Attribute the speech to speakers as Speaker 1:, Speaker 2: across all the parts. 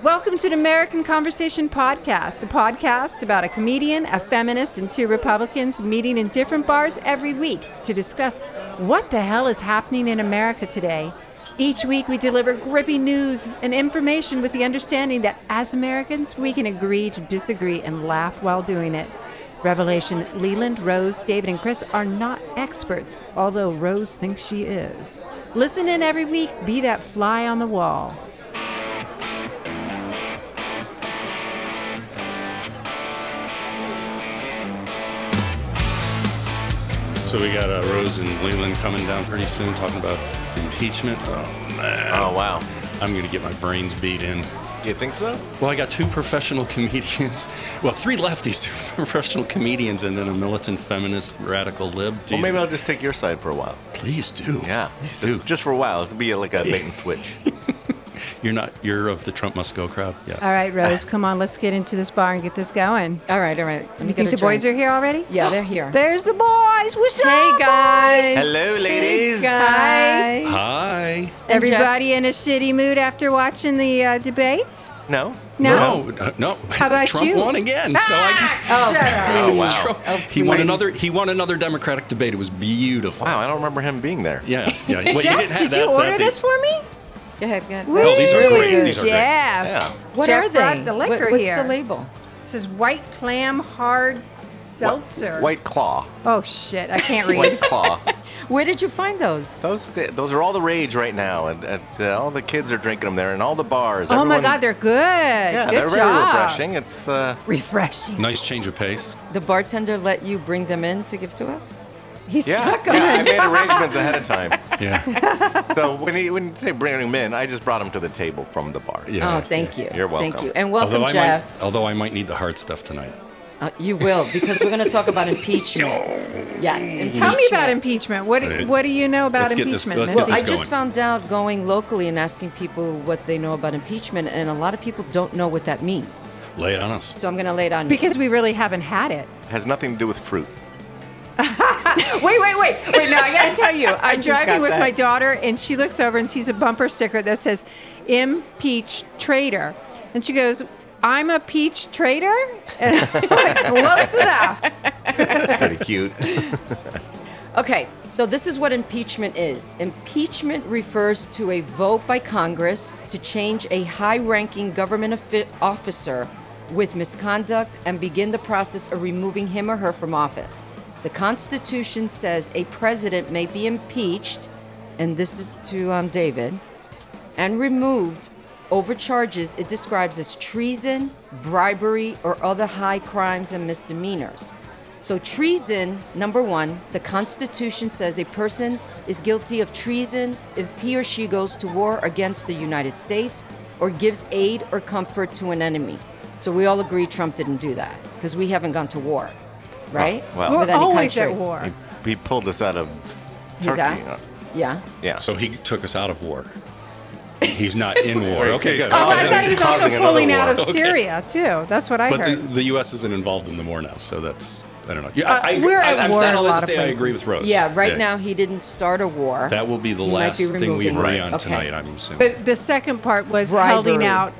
Speaker 1: Welcome to an American Conversation podcast, a podcast about a comedian, a feminist, and two Republicans meeting in different bars every week to discuss what the hell is happening in America today. Each week, we deliver gripping news and information with the understanding that as Americans, we can agree to disagree and laugh while doing it. Revelation Leland, Rose, David, and Chris are not experts, although Rose thinks she is. Listen in every week, be that fly on the wall.
Speaker 2: So we got uh, Rose and Leland coming down pretty soon, talking about impeachment. Oh man,
Speaker 3: Oh wow.
Speaker 2: I'm gonna get my brains beat in.
Speaker 3: You think so?
Speaker 2: Well, I got two professional comedians. Well, three lefties, two professional comedians, and then a militant feminist radical lib.
Speaker 3: Well, maybe
Speaker 2: Jesus.
Speaker 3: I'll just take your side for a while.
Speaker 2: please do.
Speaker 3: Yeah,
Speaker 2: please do.
Speaker 3: just, just for a while. It'll be like a bait and switch.
Speaker 2: You're not. You're of the Trump must go crowd. Yeah.
Speaker 1: All right, Rose, come on, let's get into this bar and get this going.
Speaker 4: All right, all right. Let me
Speaker 1: You think the boys are here already?
Speaker 4: Yeah, they're here.
Speaker 1: There's the boys. What's
Speaker 4: hey
Speaker 1: up,
Speaker 4: guys.
Speaker 3: Hello, ladies.
Speaker 1: Hi.
Speaker 2: Hi.
Speaker 1: boys? Everybody in a shitty mood after watching the uh, debate.
Speaker 3: No.
Speaker 1: No?
Speaker 2: No. uh, no.
Speaker 1: How about
Speaker 2: Trump
Speaker 1: you?
Speaker 2: won again. So I can,
Speaker 1: Oh, shut
Speaker 3: Oh wow.
Speaker 2: Trump.
Speaker 4: Oh,
Speaker 2: he won
Speaker 4: please.
Speaker 2: another. He won another Democratic debate. It was beautiful.
Speaker 3: Wow, I don't remember him being there.
Speaker 2: Yeah. Yeah. Well,
Speaker 1: Jeff, did you
Speaker 2: that-
Speaker 1: order
Speaker 2: that-
Speaker 1: this for me?
Speaker 4: Go ahead, go ahead.
Speaker 2: Oh, these are
Speaker 4: really
Speaker 2: great.
Speaker 4: good.
Speaker 2: These are great.
Speaker 1: yeah.
Speaker 3: Yeah.
Speaker 4: what
Speaker 1: Jeff
Speaker 4: are
Speaker 1: brought
Speaker 4: they?
Speaker 1: the
Speaker 4: What-
Speaker 1: liquor
Speaker 4: what's
Speaker 1: here.
Speaker 4: the label?
Speaker 1: It says white clam hard seltzer.
Speaker 3: White Claw.
Speaker 1: Oh shit, I can't read.
Speaker 3: White Claw.
Speaker 4: Where did you find those?
Speaker 3: Those th- those are all the rage right now, and, and uh, all the kids are drinking them there, and all the bars.
Speaker 1: oh my
Speaker 3: Everyone-
Speaker 1: god, they're good.
Speaker 3: Yeah,
Speaker 1: good
Speaker 3: they're
Speaker 1: job.
Speaker 3: very refreshing. It's uh,
Speaker 1: Refreshing.
Speaker 2: Nice change of pace.
Speaker 4: The bartender let you bring them in to give to us?
Speaker 1: He
Speaker 3: yeah.
Speaker 1: stuck 'em
Speaker 3: yeah I
Speaker 1: in.
Speaker 3: made arrangements ahead of time.
Speaker 2: Yeah.
Speaker 3: So when he when you say bring them in, I just brought them to the table from the bar.
Speaker 2: Yeah.
Speaker 4: oh, thank you.
Speaker 3: You're welcome.
Speaker 4: Thank you. And welcome,
Speaker 2: although I
Speaker 4: Jeff.
Speaker 2: might, although I might need the hard stuff tonight.
Speaker 4: Uh, you will, because we're going to talk about impeachment. yes, impeachment.
Speaker 1: Tell me about impeachment. What
Speaker 2: Right.
Speaker 1: what do you know about
Speaker 2: Let's get this-
Speaker 1: impeachment?
Speaker 2: let's
Speaker 1: Miss?
Speaker 2: get
Speaker 4: Well, I
Speaker 2: this
Speaker 4: just
Speaker 2: going.
Speaker 4: found out going locally and asking people what they know about impeachment, and a lot of people don't know what that means.
Speaker 2: Lay it on us.
Speaker 4: So I'm going to lay it on you.
Speaker 1: because we really haven't had it.
Speaker 3: Has nothing to do with fruit.
Speaker 1: Wait, wait, wait, wait! No, I gotta tell you, I'm
Speaker 4: just
Speaker 1: driving
Speaker 4: got
Speaker 1: with
Speaker 4: that.
Speaker 1: my daughter, and she looks over and sees a bumper sticker that says "Impeach Traitor," and she goes, "I'm a peach traitor." And I'm like, close enough.
Speaker 3: Pretty cute.
Speaker 4: Okay, so this is what impeachment is. Impeachment refers to a vote by Congress to change a high ranking government offi- officer with misconduct and begin the process of removing him or her from office. The Constitution says a president may be impeached, and this is to um, David, and removed over charges it describes as treason, bribery, or other high crimes and misdemeanors. So, treason, number one, the Constitution says a person is guilty of treason if he or she goes to war against the United States or gives aid or comfort to an enemy. So, we all agree Trump didn't do that because we haven't gone to war, right?
Speaker 3: well-
Speaker 1: We're
Speaker 4: With any
Speaker 1: always
Speaker 4: country.
Speaker 1: at war.
Speaker 3: he, he pulled us out of
Speaker 4: His
Speaker 3: Turkey,
Speaker 4: ass.
Speaker 3: uh,
Speaker 4: Yeah.
Speaker 3: Yeah.
Speaker 2: So he took us out of war. He's not in war.
Speaker 3: Very
Speaker 2: Okay.
Speaker 3: good.
Speaker 2: so-
Speaker 1: Oh, I
Speaker 3: Causing-
Speaker 1: thought he was also
Speaker 3: causing another
Speaker 1: pulling out of
Speaker 3: war.
Speaker 2: Okay.
Speaker 1: Syria too. That's what I
Speaker 2: But the,
Speaker 1: heard.
Speaker 2: the U.S. isn't involved in the war now, so that's I don't know. Yeah,
Speaker 1: Uh,
Speaker 2: I, I,
Speaker 1: we're
Speaker 2: I,
Speaker 1: at
Speaker 2: I'm
Speaker 1: war in
Speaker 2: sad
Speaker 1: a
Speaker 2: to
Speaker 1: lot of
Speaker 2: say I agree
Speaker 1: places.
Speaker 2: with Rose.
Speaker 4: Yeah, right now he didn't start a war.
Speaker 2: That will be the
Speaker 4: He might
Speaker 2: last
Speaker 4: be
Speaker 2: thing we
Speaker 4: removing-
Speaker 2: agree on
Speaker 4: Okay.
Speaker 2: tonight. I'm assuming.
Speaker 1: But the second part was helping
Speaker 4: Bribery.
Speaker 1: out.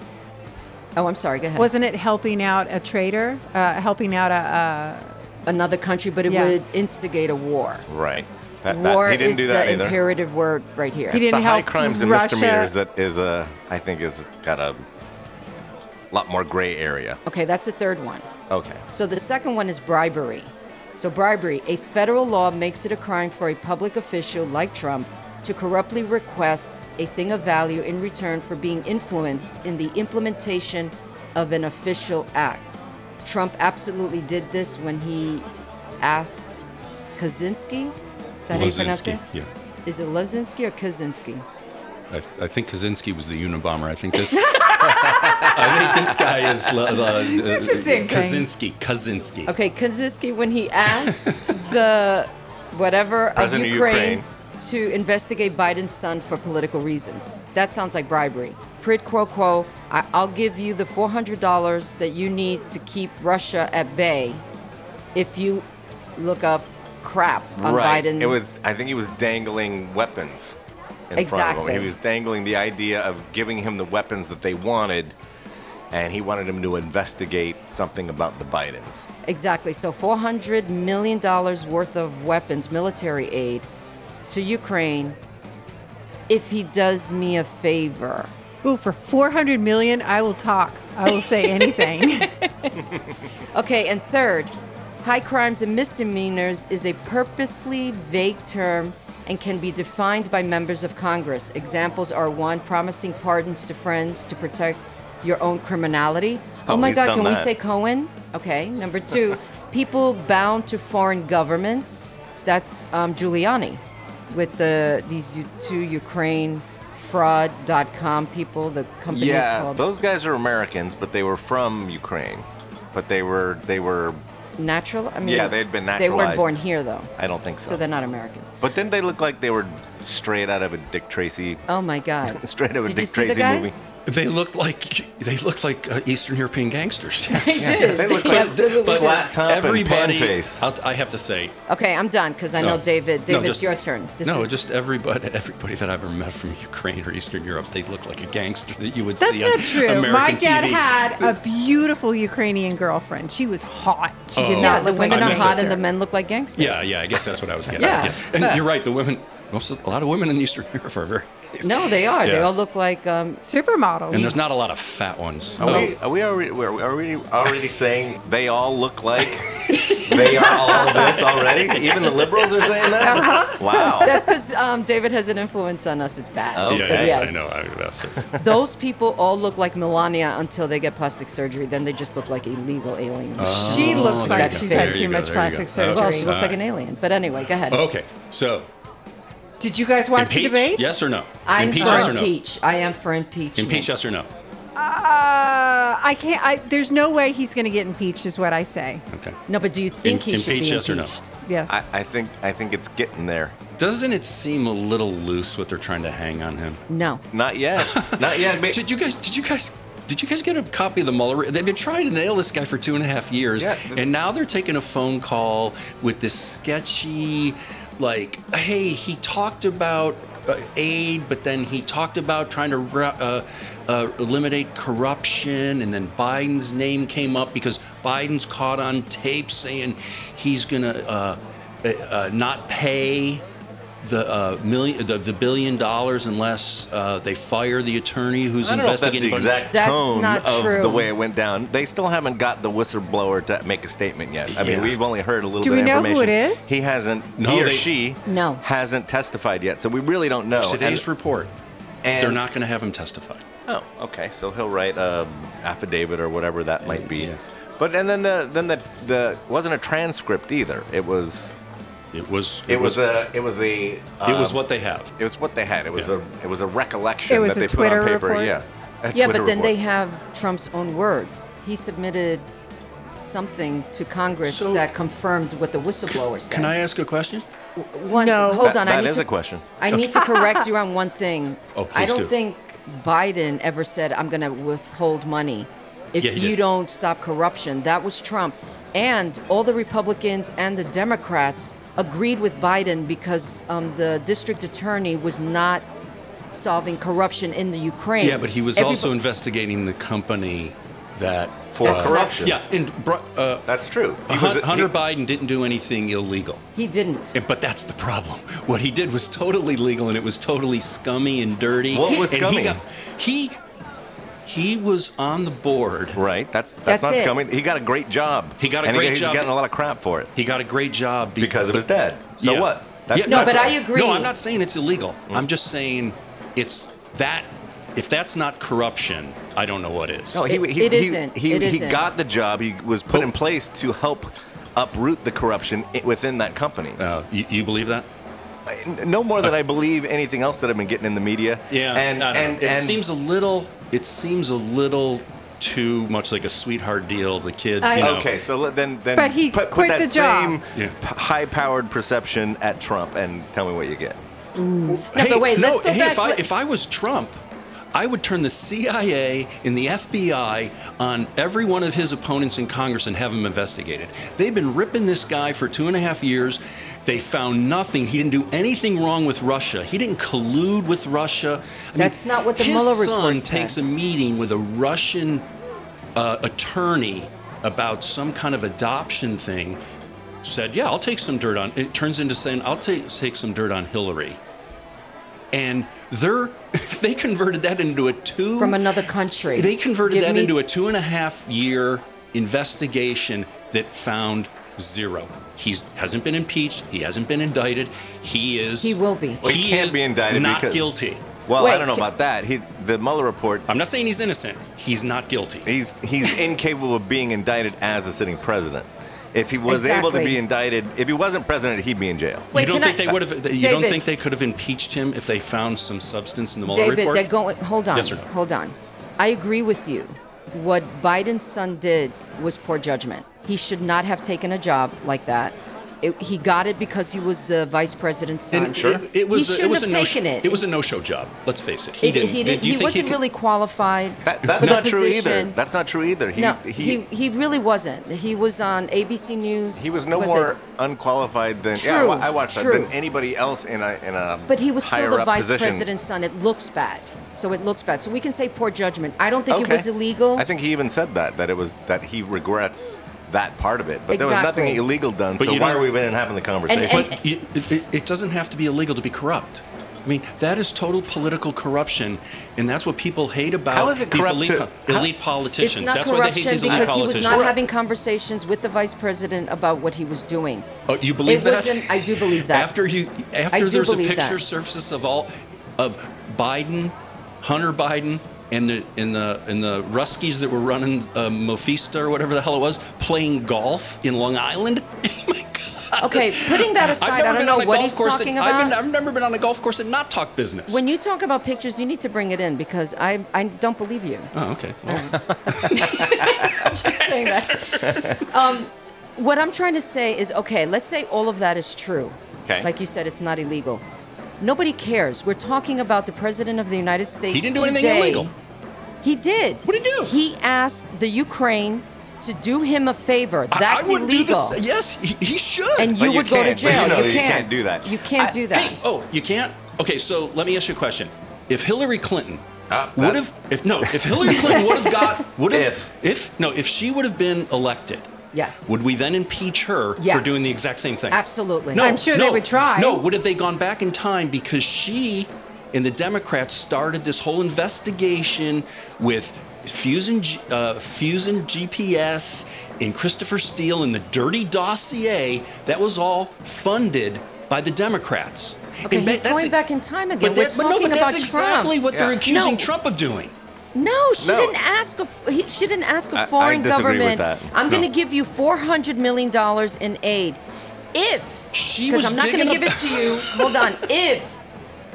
Speaker 4: Oh, I'm sorry. Go ahead.
Speaker 1: Wasn't it helping out a traitor? Uh, helping out a,
Speaker 4: another country, but it
Speaker 1: Yeah.
Speaker 4: would instigate a war.
Speaker 3: Right. That, that-
Speaker 4: War
Speaker 3: he didn't
Speaker 4: is
Speaker 3: do that
Speaker 4: the
Speaker 3: either.
Speaker 4: imperative word right here.
Speaker 1: He didn't-
Speaker 3: the high
Speaker 1: help
Speaker 3: crimes and
Speaker 1: Russia.
Speaker 3: misdemeanors that is a, I think is got a lot more gray area.
Speaker 4: Okay, that's the third one.
Speaker 3: Okay.
Speaker 4: So the second one is bribery. So bribery, a federal law makes it a crime for a public official like Trump to corruptly request a thing of value in return for being influenced in the implementation of an official act. Trump absolutely did this when he asked Kaczynski. Is that how you pronounce
Speaker 2: Lozinski,
Speaker 4: it?
Speaker 2: Yeah.
Speaker 4: Is it Lozinski or Kaczynski?
Speaker 2: I, I think Kaczynski was the Unabomber. I think this. I think this guy is uh, uh,
Speaker 1: It's the same thing.
Speaker 2: Kaczynski. Kaczynski.
Speaker 4: Okay, Kaczynski, when he asked the whatever of
Speaker 3: President
Speaker 4: Ukraine,
Speaker 3: of Ukraine.
Speaker 4: to investigate Biden's son for political reasons, that sounds like bribery. Prid quo quo. I- I'll give you the four hundred dollars that you need to keep Russia at bay if you look up crap on
Speaker 3: right.
Speaker 4: Biden.
Speaker 3: It was. I think he was dangling weapons. In Front of him.
Speaker 4: Exactly.
Speaker 3: He was dangling the idea of giving him the weapons that they wanted and he wanted him to investigate something about the Bidens.
Speaker 4: Exactly. So $400 million worth of weapons, military aid to Ukraine if he does me a favor.
Speaker 1: Ooh, for 400 million, I will talk. I will say anything.
Speaker 4: Okay, and third, high crimes and misdemeanors is a purposely vague term and can be defined by members of Congress. Examples are one, promising pardons to friends to protect your own criminality. Oh,
Speaker 3: Oh,
Speaker 4: my
Speaker 3: he's
Speaker 4: God,
Speaker 3: done
Speaker 4: can we
Speaker 3: that.
Speaker 4: say Cohen? Okay, number two, people bound to foreign governments. That's um, Giuliani with the these u- two Ukraine fraud.com people, the companies
Speaker 3: Yeah,
Speaker 4: called
Speaker 3: those guys are Americans, but they were from Ukraine. But they were they were
Speaker 4: natural. I mean,
Speaker 3: Yeah, they'd been
Speaker 4: They weren't
Speaker 3: naturalized.
Speaker 4: born here though.
Speaker 3: I don't think so.
Speaker 4: So they're not Americans.
Speaker 3: but then they look like they were straight out of a Dick Tracy
Speaker 4: Oh my God!
Speaker 3: Straight out of a
Speaker 4: Did you
Speaker 3: Dick
Speaker 4: see the
Speaker 3: Tracy movie.
Speaker 4: guys?
Speaker 2: They look like they look like uh, Eastern European gangsters.
Speaker 4: They did.
Speaker 3: They look
Speaker 4: They
Speaker 3: like
Speaker 4: absolutely
Speaker 3: but-
Speaker 4: did.
Speaker 3: flat top and
Speaker 2: everybody,
Speaker 3: pan face.
Speaker 2: I'll- i have to say,
Speaker 4: Okay, I'm done because I know
Speaker 2: No.
Speaker 4: David.
Speaker 2: No,
Speaker 4: David, it's
Speaker 2: just-
Speaker 4: your turn. This
Speaker 2: no,
Speaker 4: is-
Speaker 2: just everybody, everybody that I've ever met from Ukraine or Eastern Europe, they look like a gangster that you would
Speaker 1: That's
Speaker 2: see
Speaker 1: not
Speaker 2: on
Speaker 1: true.
Speaker 2: American
Speaker 1: My dad
Speaker 2: TV.
Speaker 1: had a beautiful Ukrainian girlfriend. She was hot. She did
Speaker 2: Oh.
Speaker 4: yeah.
Speaker 1: not
Speaker 4: The
Speaker 1: look like
Speaker 4: women
Speaker 1: a
Speaker 4: are
Speaker 2: meant
Speaker 4: hot
Speaker 1: gangster.
Speaker 4: and the men look like gangsters.
Speaker 2: Yeah, yeah. I guess that's what I was getting.
Speaker 4: Yeah.
Speaker 2: at, And you're right. The women, most of, a lot of women in Eastern Europe are very.
Speaker 4: No, they are. They
Speaker 2: Yeah.
Speaker 4: all look like. Um,
Speaker 1: Supermodels.
Speaker 2: And there's not a lot of fat ones.
Speaker 3: Are we, are we already, we're- are we already saying they all look like they are all this already? Even the liberals are saying that? Wow.
Speaker 4: that's because um, David has an influence on us. It's bad.
Speaker 3: Oh,
Speaker 2: Yeah,
Speaker 3: okay.
Speaker 2: yes,
Speaker 4: Yeah.
Speaker 2: I know. I, that's just,
Speaker 4: Those people all look like Melania until they get plastic surgery. Then they just look like illegal aliens.
Speaker 2: Oh,
Speaker 1: she looks
Speaker 4: there
Speaker 1: like
Speaker 4: you go.
Speaker 1: she's
Speaker 4: There
Speaker 1: had
Speaker 4: you
Speaker 1: too
Speaker 2: go,
Speaker 1: much
Speaker 2: there you
Speaker 1: plastic
Speaker 2: go.
Speaker 1: surgery.
Speaker 2: Okay.
Speaker 4: well, she looks
Speaker 2: Uh,
Speaker 4: like an alien. But anyway, go ahead.
Speaker 2: okay, so
Speaker 1: Did you guys watch the
Speaker 2: impeach?
Speaker 1: debates?
Speaker 2: Yes or no?
Speaker 4: I'm
Speaker 2: impeach?
Speaker 4: for
Speaker 2: Yes or no?
Speaker 4: impeach. I am for impeachment.
Speaker 2: Impeach? Yes or no?
Speaker 1: Uh, I can't. I, there's no way he's going to get impeached, is what I say.
Speaker 2: Okay.
Speaker 4: No, but do you think he should be
Speaker 2: impeach,
Speaker 4: impeached?
Speaker 2: yes or no?
Speaker 1: Yes.
Speaker 3: I, I think I think it's getting there.
Speaker 2: Doesn't it seem a little loose what they're trying to hang on him?
Speaker 4: No.
Speaker 3: Not yet. Not yet. ma-
Speaker 2: Did you guys? Did you guys? Did you guys get a copy of the Mueller? They've been trying to nail this guy for two and a half years,
Speaker 3: Yeah, th-
Speaker 2: and now they're taking a phone call with this sketchy, like, hey, he talked about uh, aid, but then he talked about trying to re- uh, uh, eliminate corruption, and then Biden's name came up because Biden's caught on tape saying he's gonna uh, uh, uh, not pay the uh, million, the, the billion dollars, unless uh, they fire the attorney who's
Speaker 3: I don't know if that's
Speaker 2: investigating.
Speaker 3: the exact
Speaker 4: That's
Speaker 3: tone
Speaker 4: not
Speaker 3: of
Speaker 4: true.
Speaker 3: the way it went down. They still haven't got the whistleblower to make a statement yet. I mean,
Speaker 2: Yeah.
Speaker 3: we've only heard a little
Speaker 1: Do
Speaker 3: bit
Speaker 1: we
Speaker 3: of
Speaker 1: know who
Speaker 3: information.
Speaker 1: it is?
Speaker 3: He hasn't.
Speaker 2: No,
Speaker 3: he or
Speaker 2: they-
Speaker 3: she
Speaker 4: No.
Speaker 3: hasn't testified yet, so we really don't know.
Speaker 2: Today's
Speaker 3: And-
Speaker 2: report,
Speaker 3: and-
Speaker 2: they're not going to have him testify.
Speaker 3: Oh, okay. So he'll write a affidavit or whatever that might be.
Speaker 2: yeah.
Speaker 3: But and then the then the the wasn't a transcript either. It was
Speaker 2: It was.
Speaker 3: it was a it was a uh, um,
Speaker 2: It was what they have.
Speaker 3: it was what they had. It was
Speaker 2: Yeah.
Speaker 3: a it was a recollection
Speaker 1: It was
Speaker 3: that
Speaker 1: a
Speaker 3: they
Speaker 1: Twitter
Speaker 3: put on paper.
Speaker 1: report?
Speaker 3: Yeah. A
Speaker 4: Yeah,
Speaker 3: Twitter
Speaker 4: but then
Speaker 3: report.
Speaker 4: they have Trump's own words. He submitted something to Congress
Speaker 2: So-
Speaker 4: that confirmed what the whistleblower said.
Speaker 2: Can I ask a question?
Speaker 4: One,
Speaker 1: No.
Speaker 4: hold
Speaker 3: That-
Speaker 4: on. I
Speaker 3: that
Speaker 4: need
Speaker 3: is
Speaker 4: to,
Speaker 3: a question.
Speaker 4: I need to correct you on one thing.
Speaker 2: Oh,
Speaker 4: I
Speaker 2: please
Speaker 4: don't
Speaker 2: do.
Speaker 4: think Biden ever said, "I'm going to withhold money if
Speaker 2: Yeah, he
Speaker 4: you
Speaker 2: did.
Speaker 4: don't stop corruption." That was Trump, and all the Republicans and the Democrats agreed with Biden because um, the district attorney was not solving corruption in the Ukraine.
Speaker 2: Yeah, but he was
Speaker 4: Everybo-
Speaker 2: also investigating the company that.
Speaker 3: For
Speaker 4: That's not-
Speaker 3: corruption.
Speaker 2: Yeah, and br- uh,
Speaker 3: That's true. He
Speaker 2: Hun-
Speaker 3: was-
Speaker 2: Hunter
Speaker 3: he-
Speaker 2: Biden didn't do anything illegal.
Speaker 4: he didn't.
Speaker 2: And- But that's the problem. What he did was totally legal, and it was totally scummy and dirty.
Speaker 3: What was
Speaker 2: and He,
Speaker 3: scummy?
Speaker 2: got, he he was on the board.
Speaker 3: Right. That's that's,
Speaker 4: That's
Speaker 3: not
Speaker 4: it.
Speaker 3: scummy. He got a great job.
Speaker 2: He got a
Speaker 3: and
Speaker 2: great
Speaker 3: he's
Speaker 2: job.
Speaker 3: getting a lot of crap for it
Speaker 2: He got a great job be-
Speaker 3: because of his dad. So
Speaker 2: Yeah.
Speaker 3: what? Mm.
Speaker 2: Yeah,
Speaker 4: No, but
Speaker 3: all.
Speaker 4: I agree.
Speaker 2: No, I'm not saying it's illegal. I'm just saying it's that. If that's not corruption, I don't know what is.
Speaker 3: No, he,
Speaker 4: It-
Speaker 3: he,
Speaker 4: it
Speaker 3: he,
Speaker 4: isn't.
Speaker 3: He,
Speaker 4: It
Speaker 3: he
Speaker 4: isn't.
Speaker 3: got the job. He was put
Speaker 2: Oh.
Speaker 3: in place to help uproot the corruption i- within that company.
Speaker 2: Uh, you, you believe that?
Speaker 3: N- No more than I believe anything else that I've been getting in the media.
Speaker 2: Yeah.
Speaker 3: and
Speaker 2: I don't
Speaker 3: and,
Speaker 2: know. it
Speaker 3: and
Speaker 2: seems a little. It seems a little too much like a sweetheart deal. The kid.
Speaker 4: I-
Speaker 2: you know.
Speaker 3: okay. So let- then then
Speaker 1: But he
Speaker 3: put, put
Speaker 1: quit
Speaker 3: that
Speaker 1: the job.
Speaker 3: same
Speaker 2: Yeah.
Speaker 3: p- high-powered perception at Trump and tell me what you get.
Speaker 4: No, but wait,
Speaker 2: no,
Speaker 4: let's go
Speaker 2: hey,
Speaker 4: back-
Speaker 2: If I,
Speaker 4: let-
Speaker 2: if I was Trump, I would turn the CIA and the FBI on every one of his opponents in Congress and have him investigated. They've been ripping this guy for two and a half years. They found nothing. He didn't do anything wrong with Russia. He didn't collude with Russia. I mean,
Speaker 4: That's not what the
Speaker 2: his
Speaker 4: Mueller
Speaker 2: son
Speaker 4: report said.
Speaker 2: takes a meeting with a Russian uh, attorney about some kind of adoption thing said, "Yeah, I'll take some dirt on." It turns into saying, "I'll take take some dirt on Hillary," and they're they converted that into a two
Speaker 4: From another country.
Speaker 2: They converted
Speaker 4: Give
Speaker 2: that
Speaker 4: me-
Speaker 2: into a two and a half year investigation that found zero. He hasn't been impeached. He hasn't been indicted. He is.
Speaker 4: He will be.
Speaker 3: Well, he, can't
Speaker 2: is
Speaker 3: be indicted
Speaker 2: Not
Speaker 3: because
Speaker 2: guilty. Uh,
Speaker 3: Well,
Speaker 4: Wait,
Speaker 3: I don't know
Speaker 4: ca-
Speaker 3: about that. He, the Mueller report,
Speaker 2: I'm not saying he's innocent. He's not guilty.
Speaker 3: he's he's incapable of being indicted as a sitting president. If he was able to
Speaker 4: Exactly.
Speaker 3: be indicted, if he wasn't president, he'd be in jail.
Speaker 4: Wait,
Speaker 2: you don't
Speaker 4: can
Speaker 2: think
Speaker 4: I-
Speaker 2: they would have? You don't
Speaker 4: David.
Speaker 2: think they could have impeached him if they found some substance in the Mueller
Speaker 4: David,
Speaker 2: report?
Speaker 4: they're going. Hold on.
Speaker 2: Yes or no?
Speaker 4: Hold on. I agree with you. What Biden's son did was poor judgment. He should not have taken a job like that. It, he got it because he was the vice president's son.
Speaker 2: And It, it was.
Speaker 4: he
Speaker 2: it
Speaker 4: shouldn't
Speaker 2: was
Speaker 4: have
Speaker 2: a no
Speaker 4: taken it.
Speaker 2: It was a no-show job. Let's face it. He
Speaker 4: It-
Speaker 2: didn't.
Speaker 4: He,
Speaker 2: do you
Speaker 4: he
Speaker 2: think
Speaker 4: wasn't
Speaker 2: could-
Speaker 4: really qualified.
Speaker 3: That, that's
Speaker 4: for the
Speaker 3: not true either.
Speaker 4: position.
Speaker 3: That's not true either. He,
Speaker 4: no,
Speaker 3: he,
Speaker 4: he, he really wasn't. He was on ABC News.
Speaker 3: He was no
Speaker 4: was it-
Speaker 3: more unqualified than yeah, I
Speaker 4: True,
Speaker 3: wa- I watched that,
Speaker 4: true.
Speaker 3: than anybody else in a in a
Speaker 4: But he was
Speaker 3: higher
Speaker 4: still the
Speaker 3: up
Speaker 4: vice
Speaker 3: position.
Speaker 4: president's son. It looks bad. So it looks bad. So we can say poor judgment. I don't think
Speaker 3: Okay.
Speaker 4: it was illegal.
Speaker 3: I think he even said that that it was that he regrets that part of it. But there was nothing
Speaker 4: Exactly.
Speaker 3: illegal done.
Speaker 2: But
Speaker 3: so
Speaker 2: you
Speaker 3: why
Speaker 2: don't-
Speaker 3: are we even having the conversation?
Speaker 4: and-
Speaker 2: But you- it, it, it doesn't have to be illegal to be corrupt. I mean, that is total political corruption, and that's what people hate about
Speaker 3: How is it
Speaker 2: these
Speaker 3: corrupt
Speaker 2: elite,
Speaker 3: to-
Speaker 2: po-
Speaker 3: how-
Speaker 2: elite politicians.
Speaker 4: It's not
Speaker 2: that's why they hate
Speaker 4: corruption
Speaker 2: these elite
Speaker 4: because he was
Speaker 2: politicians.
Speaker 4: not having conversations with the vice president about what he was doing.
Speaker 2: Oh, you believe
Speaker 4: it
Speaker 2: that?
Speaker 4: wasn't- I do believe that.
Speaker 2: After you,
Speaker 4: I
Speaker 2: after
Speaker 4: do
Speaker 2: there's a
Speaker 4: believe
Speaker 2: picture
Speaker 4: that.
Speaker 2: surfaces of all, of Biden, Hunter Biden, and the and the and the Ruskies that were running uh, Mofista or whatever the hell it was playing golf in Long Island. Oh my God.
Speaker 4: Okay, putting that
Speaker 2: I've
Speaker 4: aside,
Speaker 2: never
Speaker 4: I don't
Speaker 2: been on
Speaker 4: know
Speaker 2: a
Speaker 4: what
Speaker 2: golf
Speaker 4: he's
Speaker 2: course and-
Speaker 4: talking about.
Speaker 2: I've, been, I've never been on a golf course and not talk business.
Speaker 4: when you talk about pictures, you need to bring it in because I I don't believe you.
Speaker 2: oh, okay. Well,
Speaker 4: just saying that. Um, what I'm trying to say is, okay, let's say all of that is true.
Speaker 3: Okay.
Speaker 4: Like you said, it's not illegal. Nobody cares. We're talking about the president of the United States.
Speaker 2: didn't do anything
Speaker 4: today.
Speaker 2: illegal.
Speaker 4: He did.
Speaker 2: What did he do?
Speaker 4: He asked the Ukraine to do him a favor.
Speaker 2: I- I
Speaker 4: That's
Speaker 2: would do the
Speaker 4: illegal.
Speaker 2: sa- yes, he, he should.
Speaker 4: And
Speaker 3: But
Speaker 4: you
Speaker 3: you
Speaker 4: would go to
Speaker 3: can't, but you
Speaker 4: jail.
Speaker 3: know
Speaker 4: you,
Speaker 3: you
Speaker 4: can't.
Speaker 3: can't do that.
Speaker 4: You can't
Speaker 3: I-
Speaker 4: do that.
Speaker 2: Hey, oh, you can't? Okay, so let me ask you a question. If Hillary Clinton
Speaker 3: Ah,
Speaker 2: would
Speaker 3: that's-
Speaker 2: have, if no, if Hillary Clinton would have got, would have,
Speaker 3: If.
Speaker 2: if. no, if she would have been elected,
Speaker 4: Yes.
Speaker 2: would we then impeach her
Speaker 4: Yes.
Speaker 2: for doing the exact same thing?
Speaker 4: Absolutely.
Speaker 2: No,
Speaker 1: I'm sure they
Speaker 2: no,
Speaker 1: would try.
Speaker 2: No, would have they gone back in time because she and the Democrats started this whole investigation with fusing G- uh, fusing GPS and Christopher Steele and the dirty dossier that was all funded by the Democrats.
Speaker 4: Okay,
Speaker 2: And ma-
Speaker 4: he's
Speaker 2: that's
Speaker 4: going
Speaker 2: it.
Speaker 4: back in time again.
Speaker 2: But,
Speaker 4: We're
Speaker 2: that- but no,
Speaker 4: talking
Speaker 2: but
Speaker 4: about
Speaker 2: that's exactly
Speaker 4: Trump.
Speaker 2: what they're
Speaker 3: Yeah.
Speaker 2: accusing
Speaker 4: No.
Speaker 2: Trump of doing.
Speaker 4: No, she
Speaker 3: No.
Speaker 4: didn't ask a. f- He, she didn't ask
Speaker 3: I-
Speaker 4: a
Speaker 3: I
Speaker 4: foreign
Speaker 3: disagree with
Speaker 4: government.
Speaker 3: that.
Speaker 4: I'm going to
Speaker 2: No.
Speaker 4: give you 400 million dollars in aid, if
Speaker 2: She
Speaker 4: because
Speaker 2: was
Speaker 4: I'm not going to
Speaker 2: digging
Speaker 4: give it
Speaker 2: up-
Speaker 4: to you. Hold on, if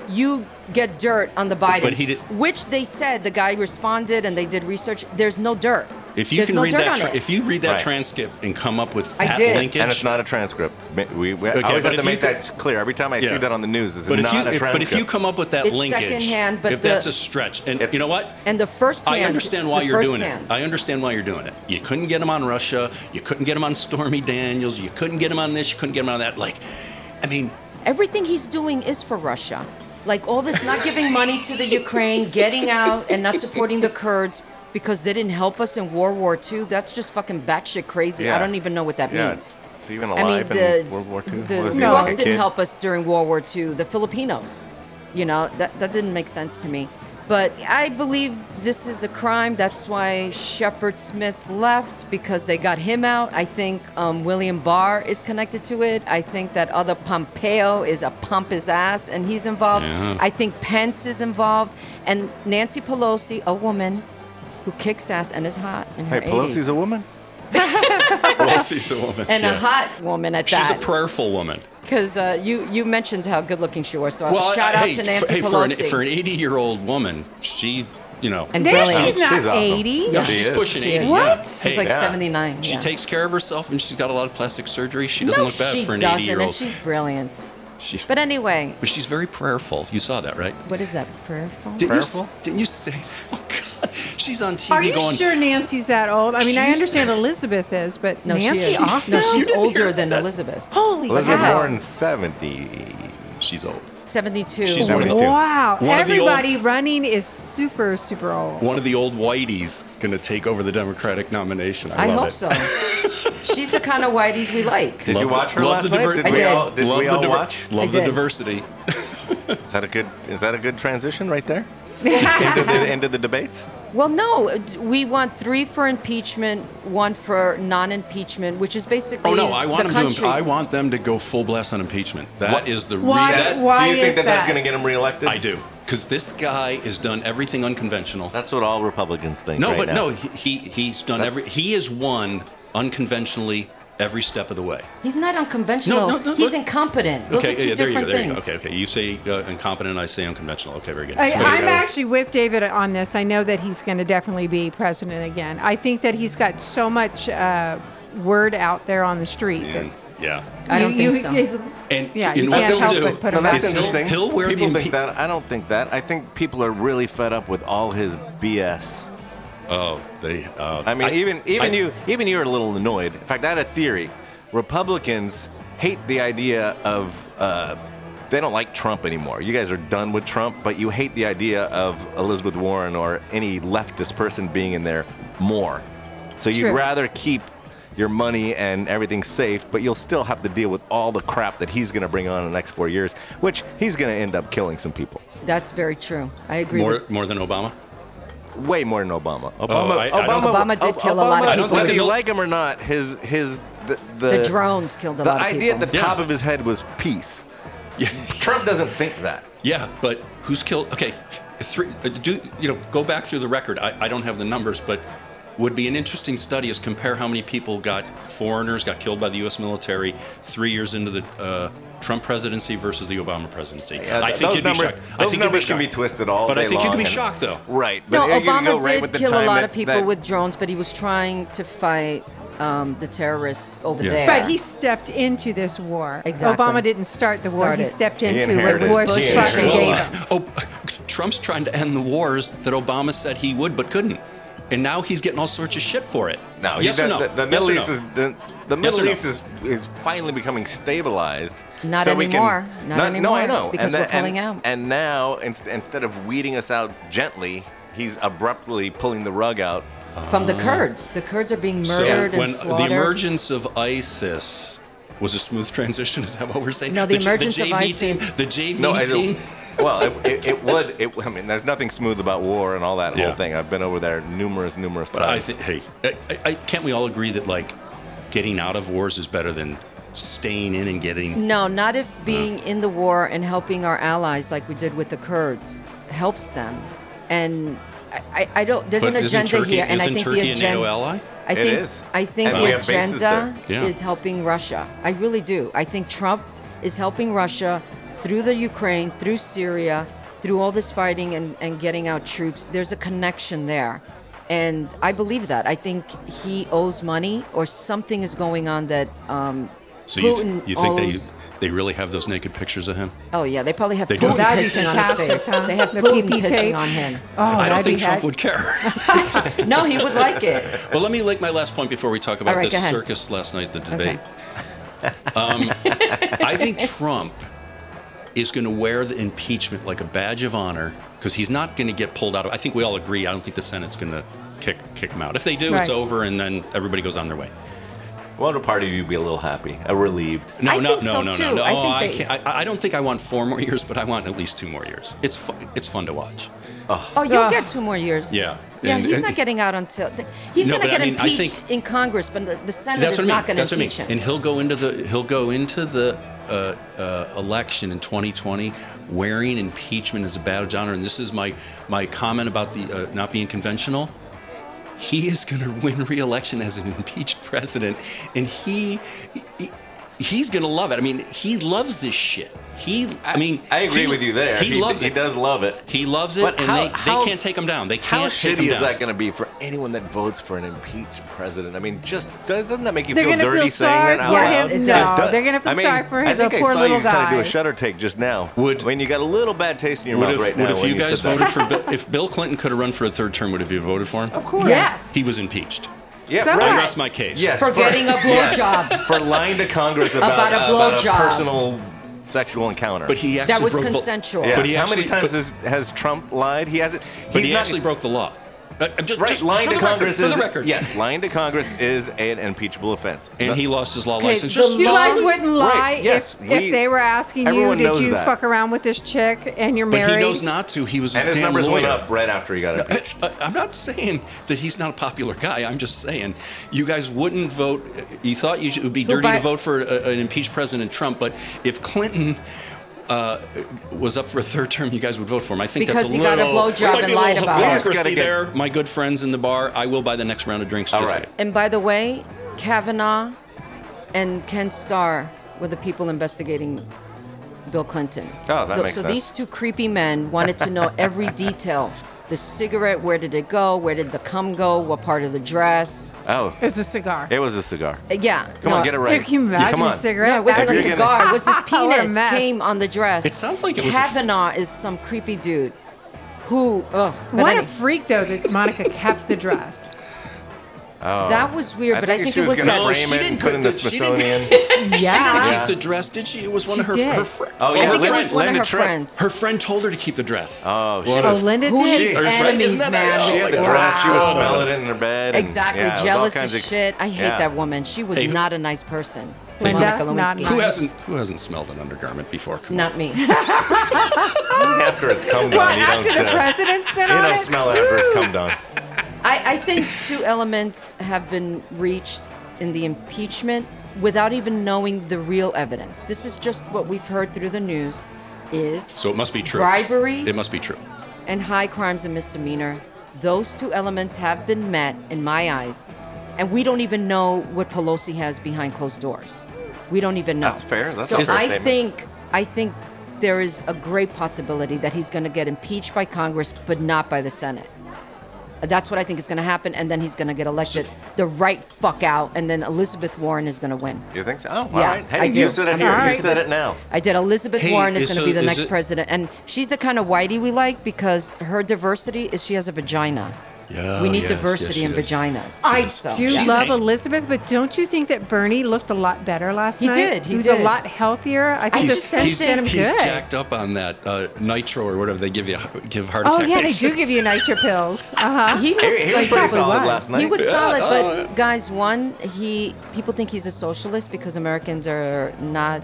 Speaker 4: you get dirt on the Biden,
Speaker 2: But he did-
Speaker 4: which they said the guy responded and they did research. There's no dirt.
Speaker 2: If you
Speaker 4: There's
Speaker 2: can
Speaker 4: no
Speaker 2: read
Speaker 4: dirt
Speaker 2: that,
Speaker 4: on
Speaker 2: tra-
Speaker 4: it.
Speaker 2: if you read that
Speaker 3: Right.
Speaker 2: transcript and come up with
Speaker 4: I
Speaker 2: that
Speaker 4: did.
Speaker 2: linkage,
Speaker 3: and it's not a transcript. Ma- We, we
Speaker 2: Okay,
Speaker 3: I
Speaker 2: but
Speaker 3: always have to
Speaker 2: if you
Speaker 3: make
Speaker 2: could-
Speaker 3: that clear. Every time I see
Speaker 2: Yeah.
Speaker 3: that on the news, it's
Speaker 2: But if,
Speaker 3: not
Speaker 2: you,
Speaker 3: a
Speaker 2: if-
Speaker 3: transcript.
Speaker 2: but if you come up with that
Speaker 4: It's
Speaker 2: linkage,
Speaker 4: secondhand, but
Speaker 2: if
Speaker 4: the-
Speaker 2: that's a stretch, and
Speaker 3: It's-
Speaker 2: you know what?
Speaker 4: and the first
Speaker 2: I
Speaker 4: hand-
Speaker 2: understand why
Speaker 4: the
Speaker 2: you're
Speaker 4: first
Speaker 2: doing
Speaker 4: hand.
Speaker 2: it. I understand why you're doing it. You couldn't get him on Russia. You couldn't get him on Stormy Daniels. You couldn't get him on this. You couldn't get him on that. Like, I mean,
Speaker 4: Everything he's doing is for Russia. Like all this not giving money to the Ukraine, getting out, and not supporting the Kurds because they didn't help us in World War II. That's just fucking batshit crazy. I
Speaker 3: Yeah.
Speaker 4: don't even know what that
Speaker 3: yeah,
Speaker 4: means.
Speaker 3: it's, it's even
Speaker 4: I mean,
Speaker 3: alive
Speaker 4: the,
Speaker 3: in World War II.
Speaker 4: the
Speaker 3: What was he,
Speaker 4: who
Speaker 3: like a
Speaker 4: else didn't
Speaker 3: kid?
Speaker 4: help us during World War II? The Filipinos. You know, that, that didn't make sense to me. But I believe this is a crime. That's why Shepard Smith left because they got him out. I think um, William Barr is connected to it. I think that other Pompeo is a pump his ass and he's involved. I think Pence is involved. And Nancy Pelosi, a woman who kicks ass and is hot in her
Speaker 3: Hey, Pelosi's
Speaker 4: 80s.
Speaker 3: a woman.
Speaker 2: Pelosi's a woman.
Speaker 4: and a
Speaker 2: Yeah.
Speaker 4: hot woman at
Speaker 2: She's
Speaker 4: that.
Speaker 2: a prayerful woman.
Speaker 4: Because uh, you you mentioned how good looking she was, so
Speaker 2: Well,
Speaker 4: Uh, shout
Speaker 2: I-
Speaker 4: out
Speaker 2: hey,
Speaker 4: to
Speaker 2: for-
Speaker 4: Nancy
Speaker 2: hey, for an-
Speaker 4: Pelosi.
Speaker 2: For an 80 year old woman, she, you know,
Speaker 4: And
Speaker 1: There
Speaker 4: brilliant.
Speaker 1: she's not
Speaker 3: She's awesome.
Speaker 1: 80.
Speaker 4: Yeah.
Speaker 2: she's
Speaker 3: She is.
Speaker 2: pushing
Speaker 4: She
Speaker 2: 80.
Speaker 4: is.
Speaker 1: What?
Speaker 4: She's
Speaker 2: Hey,
Speaker 4: like
Speaker 3: yeah.
Speaker 4: seventy nine.
Speaker 2: She
Speaker 4: yeah.
Speaker 2: takes care of herself, and she's got a lot of plastic surgery. She doesn't
Speaker 4: no,
Speaker 2: look bad
Speaker 4: she
Speaker 2: for an 80
Speaker 4: doesn't,
Speaker 2: year
Speaker 4: and
Speaker 2: old.
Speaker 4: she's brilliant. But anyway,
Speaker 2: But she's very prayerful. You saw that, right?
Speaker 4: what is that prayerful?
Speaker 2: Didn't you, s-
Speaker 3: Prayerful?
Speaker 2: didn't you say that? Oh, God. She's on TV
Speaker 1: Are you
Speaker 2: going.
Speaker 1: sure Nancy's that old? I mean, I
Speaker 2: She's-
Speaker 1: understand Elizabeth is, but
Speaker 4: no,
Speaker 1: Nancy
Speaker 4: she is.
Speaker 1: also.
Speaker 4: No, she's
Speaker 2: didn't hear
Speaker 4: older than
Speaker 2: that.
Speaker 4: Elizabeth.
Speaker 1: Holy
Speaker 3: Elizabeth
Speaker 1: cow!
Speaker 3: Warren's seventy.
Speaker 2: She's old.
Speaker 4: 72.
Speaker 2: She's
Speaker 3: That
Speaker 2: one of the,
Speaker 3: we do.
Speaker 1: Wow.
Speaker 2: One of the old-
Speaker 1: Everybody running is super, super old.
Speaker 2: one of the old whiteys going to take over the Democratic nomination. I,
Speaker 4: I
Speaker 2: love
Speaker 4: hope
Speaker 2: it.
Speaker 4: so. She's the kind of whiteys we like.
Speaker 3: Did
Speaker 2: Love
Speaker 3: you watch
Speaker 2: the-
Speaker 3: her
Speaker 2: love
Speaker 3: last
Speaker 2: the
Speaker 3: night?
Speaker 2: diver-
Speaker 3: Did
Speaker 4: I
Speaker 3: we
Speaker 4: did.
Speaker 3: all, did
Speaker 2: love
Speaker 3: we
Speaker 2: the
Speaker 3: all
Speaker 2: diver-
Speaker 3: watch?
Speaker 2: Love
Speaker 4: I
Speaker 2: the
Speaker 4: did.
Speaker 2: diversity.
Speaker 3: Is that a good? Is that a good transition right there? into the into the debates.
Speaker 4: Well, no, d- we want three for impeachment, one for non-impeachment, which is basically
Speaker 2: Oh no, I want
Speaker 4: the
Speaker 2: them
Speaker 4: country.
Speaker 2: to. I want them to go full blast on impeachment. That
Speaker 3: What-
Speaker 2: is the
Speaker 1: Why-
Speaker 2: real.
Speaker 3: That-
Speaker 1: why
Speaker 3: do you think
Speaker 1: is
Speaker 3: that, that's
Speaker 1: that?
Speaker 3: going to get him reelected?
Speaker 2: I do because this guy has done everything unconventional.
Speaker 3: That's what all Republicans think.
Speaker 2: no,
Speaker 3: right
Speaker 2: but no,
Speaker 3: now.
Speaker 2: he he- he's done
Speaker 3: That's-
Speaker 2: every. He has won unconventionally every step of the way.
Speaker 4: He's not unconventional.
Speaker 2: No, no, no,
Speaker 4: He's
Speaker 2: look-
Speaker 4: incompetent. Those are two
Speaker 2: yeah, there you go.
Speaker 4: different
Speaker 2: There you go.
Speaker 4: things.
Speaker 2: Okay, okay. You say uh, incompetent. I say unconventional. Okay, very good. uh,
Speaker 1: I,
Speaker 2: There you
Speaker 1: I'm
Speaker 2: go.
Speaker 1: actually with David on this. I know that he's going to definitely be president again. I think that he's got so much uh, word out there on the street. That
Speaker 2: yeah.
Speaker 4: I don't
Speaker 1: you-
Speaker 4: think so.
Speaker 1: you- is-
Speaker 2: And,
Speaker 1: yeah,
Speaker 2: and
Speaker 1: you
Speaker 2: what
Speaker 1: can't
Speaker 2: they'll
Speaker 1: help
Speaker 2: do-
Speaker 1: but put
Speaker 3: No,
Speaker 1: him
Speaker 3: that's
Speaker 1: back.
Speaker 2: It's-
Speaker 3: interesting.
Speaker 2: he'll wear the
Speaker 3: people think
Speaker 2: impe-
Speaker 3: that. I don't think that. I think people are really fed up with all his BS.
Speaker 2: Oh, they. Uh,
Speaker 3: I mean, even even
Speaker 2: I-
Speaker 3: you even you're a little annoyed. In fact, I had a theory. Republicans hate the idea of uh, they don't like Trump anymore. You guys are done with Trump, but you hate the idea of Elizabeth Warren or any leftist person being in there more. So you'd
Speaker 4: True.
Speaker 3: rather keep your money and everything safe, but you'll still have to deal with all the crap that he's going to bring on in the next four years, which he's going to end up killing some people.
Speaker 4: That's very true. I agree.
Speaker 2: more
Speaker 4: with,
Speaker 2: more than Obama.
Speaker 3: way more than Obama. Obama,
Speaker 2: I- I don't-
Speaker 4: Obama did kill a lot of
Speaker 2: I don't people. think
Speaker 3: Whether you
Speaker 2: they'll-
Speaker 3: like him or not, his his the, the,
Speaker 4: The drones killed a
Speaker 3: the
Speaker 4: lot of
Speaker 3: idea
Speaker 4: people.
Speaker 3: at the
Speaker 2: Yeah.
Speaker 3: top of his head was peace.
Speaker 2: Yeah.
Speaker 3: Trump doesn't think that.
Speaker 2: Yeah, but who's killed? Okay, three. uh, Do you know? Go back through the record. I, I don't have the numbers, but would be an interesting study is compare how many people got foreigners got killed by the U.S. military three years into the uh, Trump presidency versus the Obama presidency.
Speaker 3: Yeah,
Speaker 2: I think
Speaker 3: th- Uh, those
Speaker 2: you'd
Speaker 3: numbers-
Speaker 2: be shocked. I
Speaker 3: those
Speaker 2: think you'd
Speaker 3: numbers can be
Speaker 2: shocked.
Speaker 3: twisted all
Speaker 2: But I
Speaker 3: day
Speaker 2: think
Speaker 3: long
Speaker 2: you could be
Speaker 3: and-
Speaker 2: shocked though.
Speaker 3: Right.
Speaker 4: no,
Speaker 3: you could
Speaker 4: Obama
Speaker 3: go right
Speaker 4: did
Speaker 3: with the
Speaker 4: kill a
Speaker 3: time
Speaker 4: lot
Speaker 3: that-
Speaker 4: of people
Speaker 3: that-
Speaker 4: with drones, but he was trying to fight um, the terrorists over
Speaker 2: Yeah.
Speaker 4: there.
Speaker 1: But he stepped into this war.
Speaker 4: Exactly.
Speaker 1: Obama didn't start the war.
Speaker 4: Started.
Speaker 1: He stepped
Speaker 3: He
Speaker 1: into it.
Speaker 3: inherited.
Speaker 1: Bush
Speaker 4: Bush
Speaker 1: fucking
Speaker 4: inherited.
Speaker 1: gave
Speaker 4: Well,
Speaker 1: him.
Speaker 2: Well, oh, Trump's trying to end the wars that Obama said he would but couldn't, and now he's getting all sorts of shit for it.
Speaker 3: No,
Speaker 2: yes
Speaker 3: he,
Speaker 2: or
Speaker 3: does-
Speaker 2: no?
Speaker 3: the, the
Speaker 2: Yes
Speaker 3: Middle
Speaker 2: or no?
Speaker 3: East is the,
Speaker 2: Yes or
Speaker 3: the Middle
Speaker 2: no?
Speaker 3: East is, is finally becoming stabilized.
Speaker 4: Not
Speaker 3: so we can-
Speaker 4: anymore. Not
Speaker 3: No, I
Speaker 4: anymore,
Speaker 3: know.
Speaker 4: because
Speaker 3: and
Speaker 4: we're pulling
Speaker 3: and,
Speaker 4: out.
Speaker 3: And now, inst- instead of weeding us out gently, he's abruptly pulling the rug out.
Speaker 4: From the Kurds. The Kurds are being
Speaker 2: So
Speaker 4: murdered and
Speaker 2: when the
Speaker 4: slaughtered.
Speaker 2: emergence of ISIS was a smooth transition, is that what we're saying?
Speaker 4: No, the
Speaker 2: J-
Speaker 4: emergence of
Speaker 2: JV
Speaker 4: ISIS-
Speaker 2: Team, the JV
Speaker 3: No, I
Speaker 2: team.
Speaker 3: don't. Well, it, it, it would. It, I mean, there's nothing smooth about war and all that
Speaker 2: Yeah.
Speaker 3: whole thing. I've been over there numerous, numerous
Speaker 2: But I
Speaker 3: times.
Speaker 2: think, hey, I, I- I, can't we all agree that like getting out of wars is better than staying in and getting?
Speaker 4: No, not if being in the war and helping our allies like we did with the Kurds helps them. And I, I, I don't. There's
Speaker 2: But
Speaker 4: an
Speaker 2: isn't
Speaker 4: agenda
Speaker 2: Turkey,
Speaker 4: here, and I
Speaker 2: isn't
Speaker 4: think
Speaker 2: Turkey
Speaker 4: the agenda.
Speaker 2: a NATO ally?
Speaker 4: I
Speaker 3: It
Speaker 4: think
Speaker 3: is.
Speaker 4: I think
Speaker 3: And we
Speaker 4: the
Speaker 3: have bases
Speaker 4: agenda
Speaker 2: there. Yeah.
Speaker 4: is helping Russia. I really do. I think Trump is helping Russia through the Ukraine, through Syria, through all this fighting and, and getting out troops. There's a connection there. And I believe that. I think he owes money or something is going on that um,
Speaker 2: So you, th-
Speaker 4: Putin
Speaker 2: you think
Speaker 4: owes.
Speaker 2: they they really have those naked pictures of him?
Speaker 4: oh, yeah. They probably have
Speaker 2: They do.
Speaker 4: Putin
Speaker 1: That'd be
Speaker 4: pissing on his
Speaker 1: fantastic,
Speaker 4: face.
Speaker 1: huh?
Speaker 4: They have
Speaker 1: The
Speaker 4: Putin
Speaker 1: PP tape.
Speaker 4: pissing on him.
Speaker 1: Oh,
Speaker 2: I don't
Speaker 1: that'd be
Speaker 2: think Trump
Speaker 1: hack-
Speaker 2: would care.
Speaker 4: No, he would like it.
Speaker 2: well, let me like my last point before we talk about
Speaker 4: All right,
Speaker 2: this
Speaker 4: go ahead.
Speaker 2: circus last night, the
Speaker 4: Okay.
Speaker 2: debate. Um, I think Trump is going to wear the impeachment like a badge of honor because he's not going to get pulled out of. I think we all agree. I don't think the Senate's going to kick kick him out. If they do, it's
Speaker 1: Right.
Speaker 2: over, and then everybody goes on their way.
Speaker 3: Well, the party you'd be a little happy, uh, relieved.
Speaker 2: No,
Speaker 4: I
Speaker 2: no,
Speaker 4: think
Speaker 2: no,
Speaker 4: so,
Speaker 2: no, no,
Speaker 4: too.
Speaker 2: no.
Speaker 4: I think
Speaker 2: I,
Speaker 4: they-
Speaker 2: can't, I, I don't think I want four more years, but I want at least two more years. It's fu- it's fun to watch.
Speaker 4: Oh, you'll
Speaker 1: Ugh.
Speaker 4: get two more years.
Speaker 2: Yeah.
Speaker 4: Yeah,
Speaker 2: And-
Speaker 4: he's
Speaker 2: and-
Speaker 4: not getting out until th- he's
Speaker 2: No,
Speaker 4: going to
Speaker 2: but I
Speaker 4: get
Speaker 2: mean, I
Speaker 4: impeached
Speaker 2: think-
Speaker 4: in Congress, but the, the Senate
Speaker 2: That's
Speaker 4: is
Speaker 2: what I mean.
Speaker 4: not going
Speaker 2: That's
Speaker 4: to
Speaker 2: what I mean.
Speaker 4: impeach him.
Speaker 2: And he'll go into the he'll go into the uh, uh, election in 2020 wearing impeachment as a badge of honor. And this is my my comment about the uh, not being conventional. He is going to win re-election as an impeached president, and he. he- He's gonna love it. I mean, he loves this shit. He, I mean,
Speaker 3: I agree
Speaker 2: he-
Speaker 3: with you there.
Speaker 2: He, loves
Speaker 3: he
Speaker 2: it.
Speaker 3: does love it.
Speaker 2: He loves it,
Speaker 3: But
Speaker 2: and
Speaker 3: how-
Speaker 2: they,
Speaker 3: how-
Speaker 2: they can't take him down. They can't
Speaker 3: How
Speaker 2: take
Speaker 3: shitty
Speaker 2: him down.
Speaker 3: is that going to be for anyone that votes for an impeached president? I mean, just does- doesn't that make you
Speaker 1: They're
Speaker 3: feel
Speaker 1: gonna
Speaker 3: dirty
Speaker 1: feel
Speaker 3: saying that?
Speaker 1: sorry
Speaker 3: out
Speaker 1: for
Speaker 3: loud?
Speaker 4: him.
Speaker 3: It
Speaker 4: No,
Speaker 3: does.
Speaker 1: they're gonna feel
Speaker 3: I mean,
Speaker 1: sorry for him,
Speaker 3: I
Speaker 1: the
Speaker 3: think I
Speaker 1: poor
Speaker 3: saw
Speaker 1: little
Speaker 3: you kind of do
Speaker 1: guy.
Speaker 3: a shutter take just now.
Speaker 2: Would-
Speaker 3: I mean, you got a little bad taste in your
Speaker 2: Would
Speaker 3: mouth
Speaker 2: if,
Speaker 3: right
Speaker 2: would
Speaker 3: now
Speaker 2: if
Speaker 3: when
Speaker 2: you guys
Speaker 3: said that.
Speaker 2: voted for Bill, if Bill Clinton could have run for a third term, would have you voted for him? Of course.
Speaker 1: Yes.
Speaker 2: He was impeached.
Speaker 3: Yeah,
Speaker 1: So
Speaker 3: right.
Speaker 2: I
Speaker 1: what?
Speaker 2: rest my case.
Speaker 3: Yes,
Speaker 4: For getting a blowjob.
Speaker 3: for lying to Congress about,
Speaker 4: About a
Speaker 3: about a
Speaker 4: blowjob.
Speaker 3: personal sexual encounter.
Speaker 2: But he actually
Speaker 4: was
Speaker 2: broke the-
Speaker 4: consensual.
Speaker 3: yeah.
Speaker 2: But he
Speaker 3: How
Speaker 2: actually,
Speaker 3: many times
Speaker 2: but-
Speaker 3: has, has Trump lied? He hasn't. He's
Speaker 2: But he
Speaker 3: not,
Speaker 2: actually broke the law. Uh, uh, just,
Speaker 3: Right,
Speaker 2: just
Speaker 3: lying
Speaker 2: for
Speaker 3: to
Speaker 2: the record,
Speaker 3: Congress
Speaker 2: for
Speaker 3: is
Speaker 2: the record.
Speaker 3: yes, lying to Congress is an impeachable offense.
Speaker 2: and
Speaker 3: No-
Speaker 2: he lost his law
Speaker 4: Okay,
Speaker 2: license.
Speaker 4: the
Speaker 2: Just,
Speaker 1: You
Speaker 4: law-
Speaker 1: guys wouldn't lie
Speaker 3: Right, yes,
Speaker 1: if,
Speaker 3: we-
Speaker 1: if they were asking you,
Speaker 3: everyone
Speaker 1: did
Speaker 3: knows
Speaker 1: you
Speaker 3: that.
Speaker 1: fuck around with this chick and you're
Speaker 2: but
Speaker 1: married?
Speaker 2: he knows not to. He was a
Speaker 3: and his
Speaker 2: damn
Speaker 3: numbers
Speaker 2: lawyer.
Speaker 3: went up right after he got impeached.
Speaker 2: I- Uh, I'm not saying that he's not a popular guy. I'm just saying you guys wouldn't vote. You thought you should, it would be
Speaker 4: Who
Speaker 2: dirty
Speaker 4: by-
Speaker 2: to vote for a, an impeached President Trump, but if Clinton uh, was up for a third term, you guys would vote for him. I think
Speaker 4: Because
Speaker 2: that's a
Speaker 4: he got a
Speaker 2: little.
Speaker 4: blowjob
Speaker 2: there might
Speaker 4: and
Speaker 2: be a little
Speaker 4: lied about it.
Speaker 3: We just gotta
Speaker 2: hypocrisy
Speaker 3: get-
Speaker 2: there, my good friends in the bar. I will buy the next round of drinks.
Speaker 3: All
Speaker 2: just-
Speaker 3: right.
Speaker 4: And by the way, Kavanaugh and Ken Starr were the people investigating Bill Clinton.
Speaker 3: Oh, that
Speaker 4: so,
Speaker 3: makes
Speaker 4: so
Speaker 3: sense.
Speaker 4: these two creepy men wanted to know every detail. The cigarette, where did it go? Where did the cum go? What part of the dress?
Speaker 3: Oh,
Speaker 1: It was a cigar.
Speaker 3: it was a cigar.
Speaker 4: Uh, Yeah.
Speaker 3: Come on,
Speaker 4: no,
Speaker 3: get it right.
Speaker 1: Can you imagine
Speaker 3: Come on.
Speaker 1: a cigarette?
Speaker 4: No, it wasn't a
Speaker 3: If you're gonna-
Speaker 4: cigar. It was his
Speaker 1: What a
Speaker 4: penis
Speaker 1: mess.
Speaker 4: came on the dress.
Speaker 2: It sounds like it was a f-
Speaker 4: Kavanaugh is some creepy dude who. Ugh, but
Speaker 1: What
Speaker 4: any-
Speaker 1: a freak, though, that Monica kept the dress.
Speaker 4: that was weird.
Speaker 3: Oh. I
Speaker 4: but
Speaker 3: think
Speaker 4: I think
Speaker 3: she
Speaker 4: it
Speaker 3: was
Speaker 4: was
Speaker 3: gonna
Speaker 4: that
Speaker 2: No,
Speaker 3: frame
Speaker 2: she
Speaker 3: it
Speaker 2: didn't
Speaker 3: and put it in the
Speaker 2: put the- she didn't-
Speaker 3: Smithsonian.
Speaker 1: Yeah.
Speaker 2: Keep the dress, did she? It was one
Speaker 1: She
Speaker 2: of her
Speaker 1: did.
Speaker 2: her friends.
Speaker 3: Oh,
Speaker 4: I
Speaker 3: yeah,
Speaker 4: think
Speaker 3: Linda-
Speaker 4: it was one of
Speaker 3: Linda
Speaker 4: her
Speaker 3: Tripp.
Speaker 4: friends.
Speaker 2: Her friend told her to keep the dress.
Speaker 3: Oh, she
Speaker 2: What
Speaker 3: was-
Speaker 2: a-
Speaker 1: Oh, Linda
Speaker 4: Who
Speaker 1: did.
Speaker 4: needs
Speaker 3: Her friend-
Speaker 4: enemies,
Speaker 2: isn't that
Speaker 4: man?
Speaker 2: a-
Speaker 3: She had the dress. She was smelling it in her bed. and-
Speaker 4: Exactly.
Speaker 3: yeah, it was all
Speaker 4: Jealous
Speaker 3: kinds
Speaker 4: as
Speaker 3: of-
Speaker 4: shit. I hate
Speaker 3: yeah.
Speaker 4: that woman. She was
Speaker 2: Hey, who-
Speaker 4: not a nice person.
Speaker 1: Linda,
Speaker 4: Monica
Speaker 1: not
Speaker 4: Lewinsky.
Speaker 1: nice.
Speaker 2: Who hasn't Who hasn't smelled an undergarment before? Come on.
Speaker 4: Not me.
Speaker 3: After it's come
Speaker 1: Well,
Speaker 3: down, you
Speaker 1: after
Speaker 3: don't.
Speaker 1: the
Speaker 3: uh,
Speaker 1: president's been
Speaker 3: You
Speaker 1: on
Speaker 3: don't
Speaker 1: it.
Speaker 3: smell it after it's come down.
Speaker 4: I, I think two elements have been reached in the impeachment without even knowing the real evidence. This is just what we've heard through the news is
Speaker 2: So it must be true.
Speaker 4: Bribery?
Speaker 2: It must be true.
Speaker 4: and high crimes and misdemeanor. Those two elements have been met in my eyes. And we don't even know what Pelosi has behind closed doors. We don't even know.
Speaker 3: That's fair. That's
Speaker 4: so
Speaker 3: a fair
Speaker 4: I
Speaker 3: statement.
Speaker 4: think I think there is a great possibility that he's going to get impeached by Congress, but not by the Senate. That's what I think is going to happen, and then he's going to get elected the right fuck out, and then Elizabeth Warren is going to win.
Speaker 3: You think so? Oh,
Speaker 4: Yeah,
Speaker 3: all right. Hey,
Speaker 4: I
Speaker 3: you
Speaker 4: do.
Speaker 3: said it here. You
Speaker 1: right.
Speaker 3: said it now.
Speaker 4: I did. Elizabeth
Speaker 2: Hey,
Speaker 4: Warren is
Speaker 2: is-
Speaker 4: going to
Speaker 2: so
Speaker 4: be the
Speaker 2: is
Speaker 4: next
Speaker 2: it-
Speaker 4: president, and she's the kind of whitey we like because her diversity is she has a vagina.
Speaker 2: Yeah,
Speaker 4: we need
Speaker 2: yes,
Speaker 4: diversity
Speaker 2: yes,
Speaker 4: in
Speaker 2: she does.
Speaker 4: vaginas.
Speaker 1: I
Speaker 4: So,
Speaker 1: do
Speaker 4: yeah.
Speaker 1: love
Speaker 2: hanging.
Speaker 1: Elizabeth, but don't you think that Bernie looked a lot better last
Speaker 4: He
Speaker 1: night?
Speaker 4: did, he
Speaker 1: was
Speaker 4: did.
Speaker 1: a lot healthier. I think the
Speaker 4: just think
Speaker 1: sense did him
Speaker 2: he's
Speaker 1: good.
Speaker 2: jacked up on that uh, nitro or whatever they give you give heart
Speaker 1: oh
Speaker 2: attack.
Speaker 1: yeah, they do give you nitro pills. Uh huh.
Speaker 4: He looked
Speaker 3: He, he was
Speaker 4: like
Speaker 3: pretty
Speaker 1: probably
Speaker 3: solid
Speaker 1: was.
Speaker 3: last night.
Speaker 4: He was solid,
Speaker 2: oh,
Speaker 4: but
Speaker 2: yeah.
Speaker 4: guys, one he people think he's a socialist because Americans are not.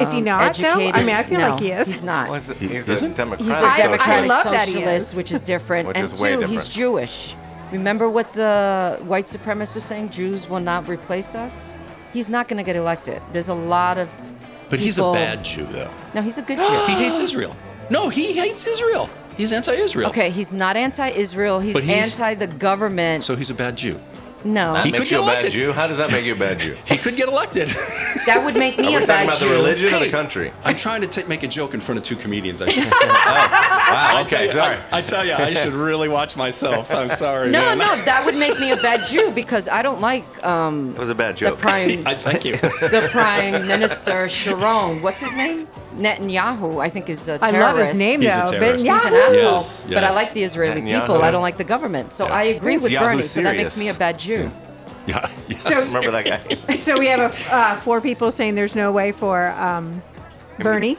Speaker 1: Is he
Speaker 4: um,
Speaker 1: not, though? I
Speaker 4: educated.
Speaker 1: mean, I feel
Speaker 4: No,
Speaker 1: like he is.
Speaker 4: He's not.
Speaker 3: Well, he's a, he's
Speaker 2: Is
Speaker 3: a
Speaker 2: it?
Speaker 3: Democrat.
Speaker 4: He's a
Speaker 1: I- I
Speaker 4: democratic
Speaker 1: love that he
Speaker 4: socialist,
Speaker 1: is.
Speaker 4: which is different.
Speaker 3: Which
Speaker 4: and
Speaker 3: is
Speaker 4: two,
Speaker 3: way
Speaker 4: he's
Speaker 3: different.
Speaker 4: Jewish. Remember what the white supremacists are saying? Jews will not replace us. He's not going to get elected. There's a lot of.
Speaker 2: But he's a
Speaker 4: people-
Speaker 2: bad Jew though.
Speaker 4: No, he's a good
Speaker 2: He
Speaker 4: Jew.
Speaker 2: hates
Speaker 1: Oh.
Speaker 2: Israel. No, he hates Israel. He's anti-Israel.
Speaker 4: okay, he's not anti-Israel. He's,
Speaker 2: But he's-
Speaker 4: anti the government.
Speaker 2: So he's a bad Jew.
Speaker 4: no,
Speaker 3: That
Speaker 2: He could
Speaker 3: makes you a
Speaker 2: get
Speaker 3: bad
Speaker 2: elected.
Speaker 3: Jew. How does that make you a bad Jew?
Speaker 2: He could get elected.
Speaker 4: that would make me
Speaker 3: We're talking
Speaker 4: a bad
Speaker 3: about
Speaker 4: Jew.
Speaker 3: the religion of the
Speaker 2: Hey.
Speaker 3: country.
Speaker 2: I'm trying to ta- make a joke in front of two comedians. I, should,
Speaker 3: Wow. Okay. Sorry.
Speaker 2: I, I tell you, I should really watch myself. I'm sorry.
Speaker 4: No,
Speaker 2: man.
Speaker 4: no, that would make me a bad Jew because I don't like um,
Speaker 3: It was a bad
Speaker 4: the
Speaker 3: joke.
Speaker 4: prime
Speaker 2: I thank you.
Speaker 4: the prime minister Sharon. What's his name? Netanyahu, I think is a
Speaker 1: I
Speaker 4: terrorist.
Speaker 1: love his name
Speaker 2: He's a
Speaker 1: though. Ben
Speaker 2: terrorist.
Speaker 4: He's an
Speaker 1: Yahoo.
Speaker 4: asshole,
Speaker 2: Yes,
Speaker 4: but I
Speaker 2: yes.
Speaker 4: like the Israeli
Speaker 3: Netanyahu.
Speaker 4: people. I don't like the government. So I agree with
Speaker 3: Yahoo
Speaker 4: Bernie. So that
Speaker 3: serious.
Speaker 4: makes me a bad Jew.
Speaker 2: Yeah.
Speaker 1: So-
Speaker 2: yes.
Speaker 3: Remember that guy?
Speaker 1: So we have a, uh, four people saying there's no way for um, Bernie.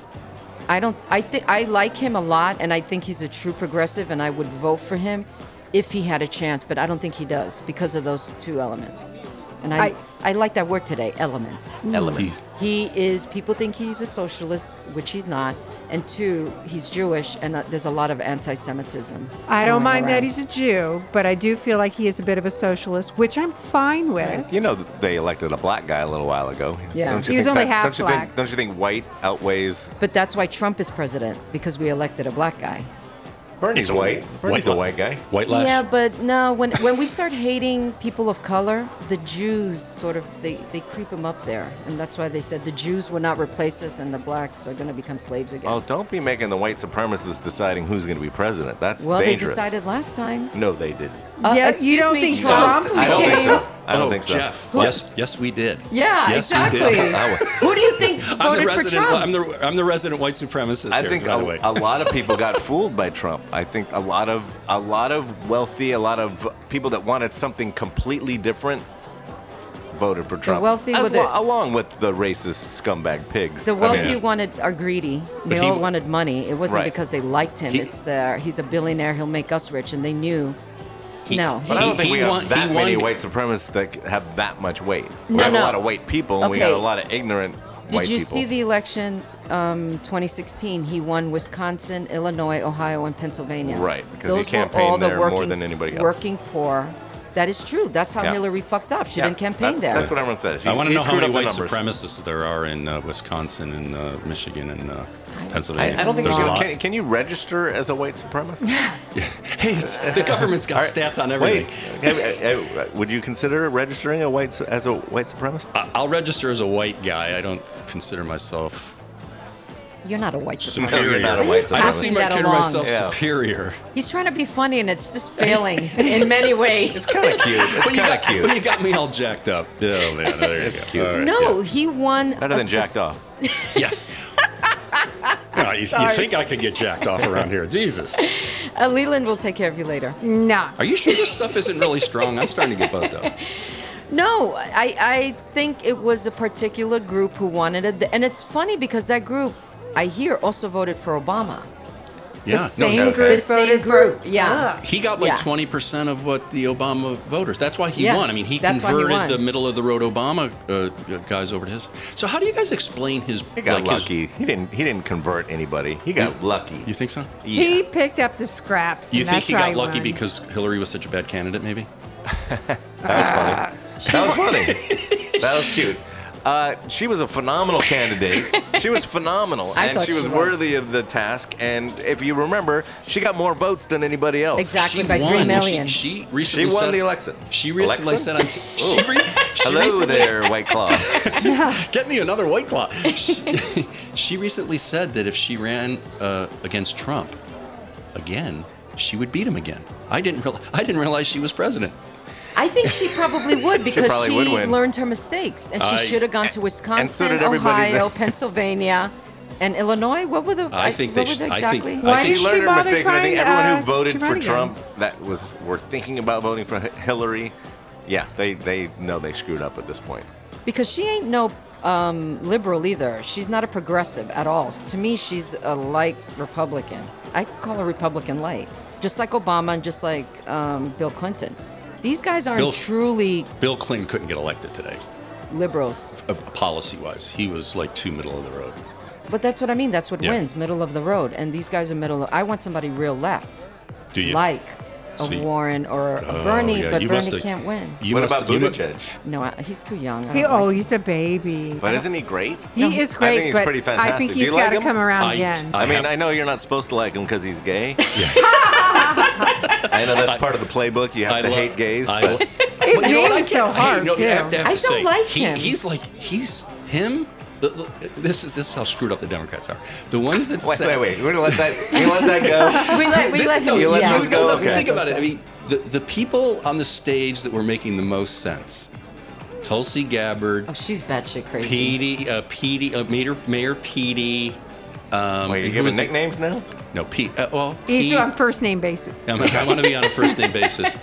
Speaker 4: I don't. I think I like him a lot, and I think he's a true progressive, and I would vote for him if he had a chance. But I don't think he does because of those two elements. And I,
Speaker 1: I- Mm.
Speaker 4: I, like that word today, elements.
Speaker 2: Elements.
Speaker 4: He is. People think he's a socialist, which he's not. And two, he's Jewish, and uh, there's a lot of anti-Semitism.
Speaker 1: I don't
Speaker 4: going
Speaker 1: mind that
Speaker 4: around.
Speaker 1: he's a Jew, but I do feel like he is a bit of a socialist, which I'm fine with.
Speaker 3: You know they elected a black guy a little while ago.
Speaker 4: Yeah.
Speaker 3: Don't you
Speaker 1: He was
Speaker 3: think
Speaker 1: only
Speaker 3: that-
Speaker 1: half
Speaker 3: don't you
Speaker 1: black.
Speaker 3: Think, don't you think white outweighs
Speaker 4: But that's why Trump is president because we elected a black guy.
Speaker 3: Bernie's white? Bernie's a white guy.
Speaker 2: White lash.
Speaker 4: Yeah, but no, when when we start hating people of color, the Jews sort of they, they creep them up there, and that's why they said the Jews will not replace us, and the blacks are going to become slaves again.
Speaker 3: Oh, don't be making the white supremacists deciding who's going to be president. That's
Speaker 4: well,
Speaker 3: dangerous.
Speaker 4: they decided last time.
Speaker 3: No, they didn't.
Speaker 4: Uh,
Speaker 1: Yeah, you
Speaker 4: excuse
Speaker 1: don't
Speaker 4: me,
Speaker 1: think
Speaker 4: Trump?
Speaker 1: Trump,
Speaker 3: I don't think
Speaker 1: became?
Speaker 3: so. I don't
Speaker 2: oh,
Speaker 3: think so.
Speaker 2: Jeff. Yes, yes, we did.
Speaker 4: Yeah,
Speaker 2: Yes, we did.
Speaker 4: exactly. Who do you think
Speaker 2: I'm the
Speaker 4: voted for
Speaker 2: resident.
Speaker 4: Trump?
Speaker 2: I'm the I'm the resident white supremacist
Speaker 3: I
Speaker 2: here.
Speaker 3: think
Speaker 2: by the way.
Speaker 3: a, a lot of people got fooled by Trump. I think a lot of a lot of wealthy, a lot of people that wanted something completely different voted for Trump.
Speaker 4: wealthy
Speaker 3: as
Speaker 4: with
Speaker 3: lo-
Speaker 4: the-
Speaker 3: along with the racist scumbag pigs.
Speaker 4: The
Speaker 3: I mean,
Speaker 4: wealthy
Speaker 2: yeah.
Speaker 4: wanted are greedy. They
Speaker 2: he
Speaker 4: all
Speaker 2: w-
Speaker 4: wanted money. It wasn't
Speaker 3: Right.
Speaker 4: because they liked him.
Speaker 2: He-
Speaker 4: it's their he's a billionaire. He'll make us rich, and they knew.
Speaker 2: He-
Speaker 4: no,
Speaker 3: but I don't
Speaker 2: he-
Speaker 3: think
Speaker 2: he
Speaker 3: we have
Speaker 2: won-
Speaker 3: that
Speaker 2: he
Speaker 3: many
Speaker 2: won-
Speaker 3: white supremacists that c- have that much weight. We
Speaker 4: No,
Speaker 3: have
Speaker 4: no.
Speaker 3: a lot of white people, and we
Speaker 4: Okay.
Speaker 3: got a lot of ignorant
Speaker 4: Did
Speaker 3: white
Speaker 4: you
Speaker 3: people.
Speaker 4: see the election um, 2016? He won Wisconsin, Illinois, Ohio, and Pennsylvania.
Speaker 3: Right, because he
Speaker 4: Those were
Speaker 3: campaigned
Speaker 4: all the
Speaker 3: there more
Speaker 4: working,
Speaker 3: than anybody else.
Speaker 4: Working poor. That is true. That's how
Speaker 3: Yeah.
Speaker 4: Hillary fucked up. She
Speaker 3: Yeah,
Speaker 4: didn't campaign
Speaker 3: that's,
Speaker 4: there.
Speaker 3: That's what everyone says.
Speaker 2: I
Speaker 3: He-
Speaker 2: want to
Speaker 3: he
Speaker 2: know how
Speaker 3: screwed
Speaker 2: many
Speaker 3: up the
Speaker 2: white
Speaker 3: numbers.
Speaker 2: supremacists there are in uh, Wisconsin and uh, Michigan and uh, Pennsylvania.
Speaker 3: I, I don't think
Speaker 2: There's
Speaker 3: you
Speaker 2: a
Speaker 4: know.
Speaker 2: lot.
Speaker 3: can, can you register as a white supremacist.
Speaker 2: Hey, it's, the government's got stats on everything.
Speaker 3: Wait, Hey, hey, hey, would you consider registering a white su- as a white supremacist?
Speaker 2: I- I'll register as a white guy. I don't consider myself.
Speaker 4: You're not a white supremacist.
Speaker 2: Superior.
Speaker 3: You're not a white
Speaker 2: I don't see
Speaker 4: Passing
Speaker 3: supremacist.
Speaker 2: my
Speaker 4: that
Speaker 2: consider
Speaker 4: along.
Speaker 2: myself
Speaker 3: Yeah.
Speaker 2: superior.
Speaker 4: He's trying to be funny, and it's just failing in many ways.
Speaker 3: It's kind of cute. It's
Speaker 2: Well, you
Speaker 3: kind
Speaker 2: got-
Speaker 3: of cute.
Speaker 2: well, you got me all jacked up. Oh man, there you
Speaker 3: It's
Speaker 2: go.
Speaker 3: cute.
Speaker 2: All right.
Speaker 4: No, he won.
Speaker 3: Better
Speaker 4: a
Speaker 3: than jacked
Speaker 4: spec-
Speaker 2: Yeah. No, you, you
Speaker 4: Sorry.
Speaker 2: think I could get jacked off around here? Jesus.
Speaker 4: Uh, Leland will take care of you later.
Speaker 1: Nah.
Speaker 2: Are you sure this stuff isn't really strong? I'm starting to get buzzed up.
Speaker 4: No, I, I think it was a particular group who wanted it. And it's funny because that group, I hear, also voted for Obama.
Speaker 2: Yeah.
Speaker 1: the same
Speaker 3: no,
Speaker 1: group
Speaker 4: the same
Speaker 1: voted for-
Speaker 4: group, yeah.
Speaker 1: Ugh.
Speaker 2: He got like
Speaker 4: Yeah.
Speaker 2: 20% of what the Obama voters. That's why he
Speaker 4: Yeah,
Speaker 2: won. I mean, he
Speaker 4: that's why he
Speaker 2: converted
Speaker 4: won.
Speaker 2: the middle of the road Obama uh, guys over to his. So how do you guys explain his
Speaker 3: He got
Speaker 2: like, his-
Speaker 3: lucky. he didn't. He didn't convert anybody. He got lucky.
Speaker 2: you think so?
Speaker 3: Yeah.
Speaker 1: He picked up the scraps.
Speaker 2: You
Speaker 1: and
Speaker 2: think
Speaker 1: that's
Speaker 2: he
Speaker 1: why
Speaker 2: got lucky
Speaker 1: won.
Speaker 2: because Hillary was such a bad candidate maybe?
Speaker 3: that was funny. That was funny. that was cute. Uh, she was a phenomenal candidate. She was phenomenal,
Speaker 4: I
Speaker 3: and
Speaker 4: thought
Speaker 3: she
Speaker 4: she
Speaker 3: was
Speaker 4: was.
Speaker 3: worthy of the task. And if you remember, she got more votes than anybody else.
Speaker 4: Exactly.
Speaker 2: She
Speaker 4: by
Speaker 2: won.
Speaker 4: three
Speaker 2: She-
Speaker 4: million.
Speaker 2: She, recently
Speaker 3: won
Speaker 2: said-
Speaker 3: the election.
Speaker 2: She recently
Speaker 3: Election?
Speaker 2: said on t- she re- she
Speaker 3: Hello
Speaker 2: recently-
Speaker 3: there, White Claw.
Speaker 2: Get me another white claw. She, she recently said that if she ran uh, against Trump again, she would beat him again. I didn't realize I didn't realize she was president.
Speaker 4: I think she probably would because she,
Speaker 3: probably would win.
Speaker 4: learned her mistakes. And she
Speaker 2: I-
Speaker 4: should have gone to Wisconsin,
Speaker 3: did everybody
Speaker 4: Ohio,
Speaker 3: that-
Speaker 4: Pennsylvania, and Illinois. What were the.
Speaker 2: I think
Speaker 4: what
Speaker 2: they
Speaker 4: were
Speaker 2: sh-
Speaker 4: the
Speaker 2: I think-
Speaker 4: exactly.
Speaker 2: I
Speaker 1: Why
Speaker 2: think
Speaker 1: did
Speaker 3: she learned
Speaker 1: she
Speaker 3: her
Speaker 1: bother
Speaker 3: mistakes, and I think
Speaker 1: trying?
Speaker 3: everyone who
Speaker 1: uh,
Speaker 3: voted for
Speaker 1: again?
Speaker 3: Trump that was were thinking about voting for Hi- Hillary. Yeah, they they know they screwed up at this point.
Speaker 4: Because she ain't no um, liberal either. She's not a progressive at all. To me, she's a light Republican. I call her Republican light, just like Obama and just like um, Bill Clinton. These guys aren't
Speaker 2: Bill-
Speaker 4: truly
Speaker 2: Bill Clinton couldn't get elected today,
Speaker 4: liberals.
Speaker 2: uh, policy-wise. He was like too middle of the road.
Speaker 4: But that's what I mean. That's what
Speaker 2: Yeah.
Speaker 4: wins, middle of the road. And these guys are middle. Of, I want somebody real left,
Speaker 2: Do you
Speaker 4: like a
Speaker 2: So you-
Speaker 4: Warren or a
Speaker 2: Oh,
Speaker 4: Bernie.
Speaker 2: yeah,
Speaker 4: but
Speaker 2: you
Speaker 4: Bernie
Speaker 2: musta-
Speaker 4: can't win.
Speaker 2: You
Speaker 3: what
Speaker 2: musta-
Speaker 3: about
Speaker 2: you mu-
Speaker 3: Buttigieg?
Speaker 4: No, I, he's too young. I
Speaker 1: He,
Speaker 4: don't like
Speaker 1: oh,
Speaker 4: him.
Speaker 1: he's a baby.
Speaker 3: But isn't he great?
Speaker 1: He is great,
Speaker 3: I think he's
Speaker 1: but
Speaker 3: pretty
Speaker 1: I
Speaker 3: fantastic.
Speaker 1: think
Speaker 3: Do you
Speaker 1: he's
Speaker 3: like
Speaker 1: got to
Speaker 3: him?
Speaker 1: come around
Speaker 2: I-
Speaker 1: again.
Speaker 3: I, mean,
Speaker 2: have-
Speaker 3: I know you're not supposed to like him because he's gay. I know that's part of the playbook. You have
Speaker 2: I
Speaker 3: to
Speaker 2: love-
Speaker 3: hate gays.
Speaker 2: I
Speaker 3: but
Speaker 2: lo-
Speaker 1: His
Speaker 2: But you
Speaker 1: name
Speaker 2: know what? I
Speaker 1: is so
Speaker 2: can't-
Speaker 1: hard,
Speaker 2: hey, no,
Speaker 1: too.
Speaker 2: you have to- have
Speaker 4: I
Speaker 2: to
Speaker 4: don't
Speaker 2: say,
Speaker 4: like
Speaker 2: he-
Speaker 4: him.
Speaker 2: He's like he's him. look, look, This is this is how screwed up the Democrats are. The ones that
Speaker 3: wait,
Speaker 2: say,
Speaker 3: wait, wait. We're gonna let that. You let that go.
Speaker 4: We let we
Speaker 2: This-
Speaker 4: let him.
Speaker 3: you let
Speaker 4: yeah.
Speaker 3: those go?
Speaker 2: No, no,
Speaker 3: Okay.
Speaker 2: Think about it. I mean, the, the people on the stage that were making the most sense Tulsi Gabbard,
Speaker 4: Oh, she's batshit crazy.
Speaker 2: Petey, uh, Petey, uh, Mayor, Mayor Petey. Um,
Speaker 3: Wait, you're
Speaker 2: who
Speaker 3: giving
Speaker 2: was it?
Speaker 3: nicknames now?
Speaker 2: No, Pete. Uh, well,
Speaker 1: He's
Speaker 2: Pete-
Speaker 1: on first name basis.
Speaker 2: I'm, I want to be on a first name basis.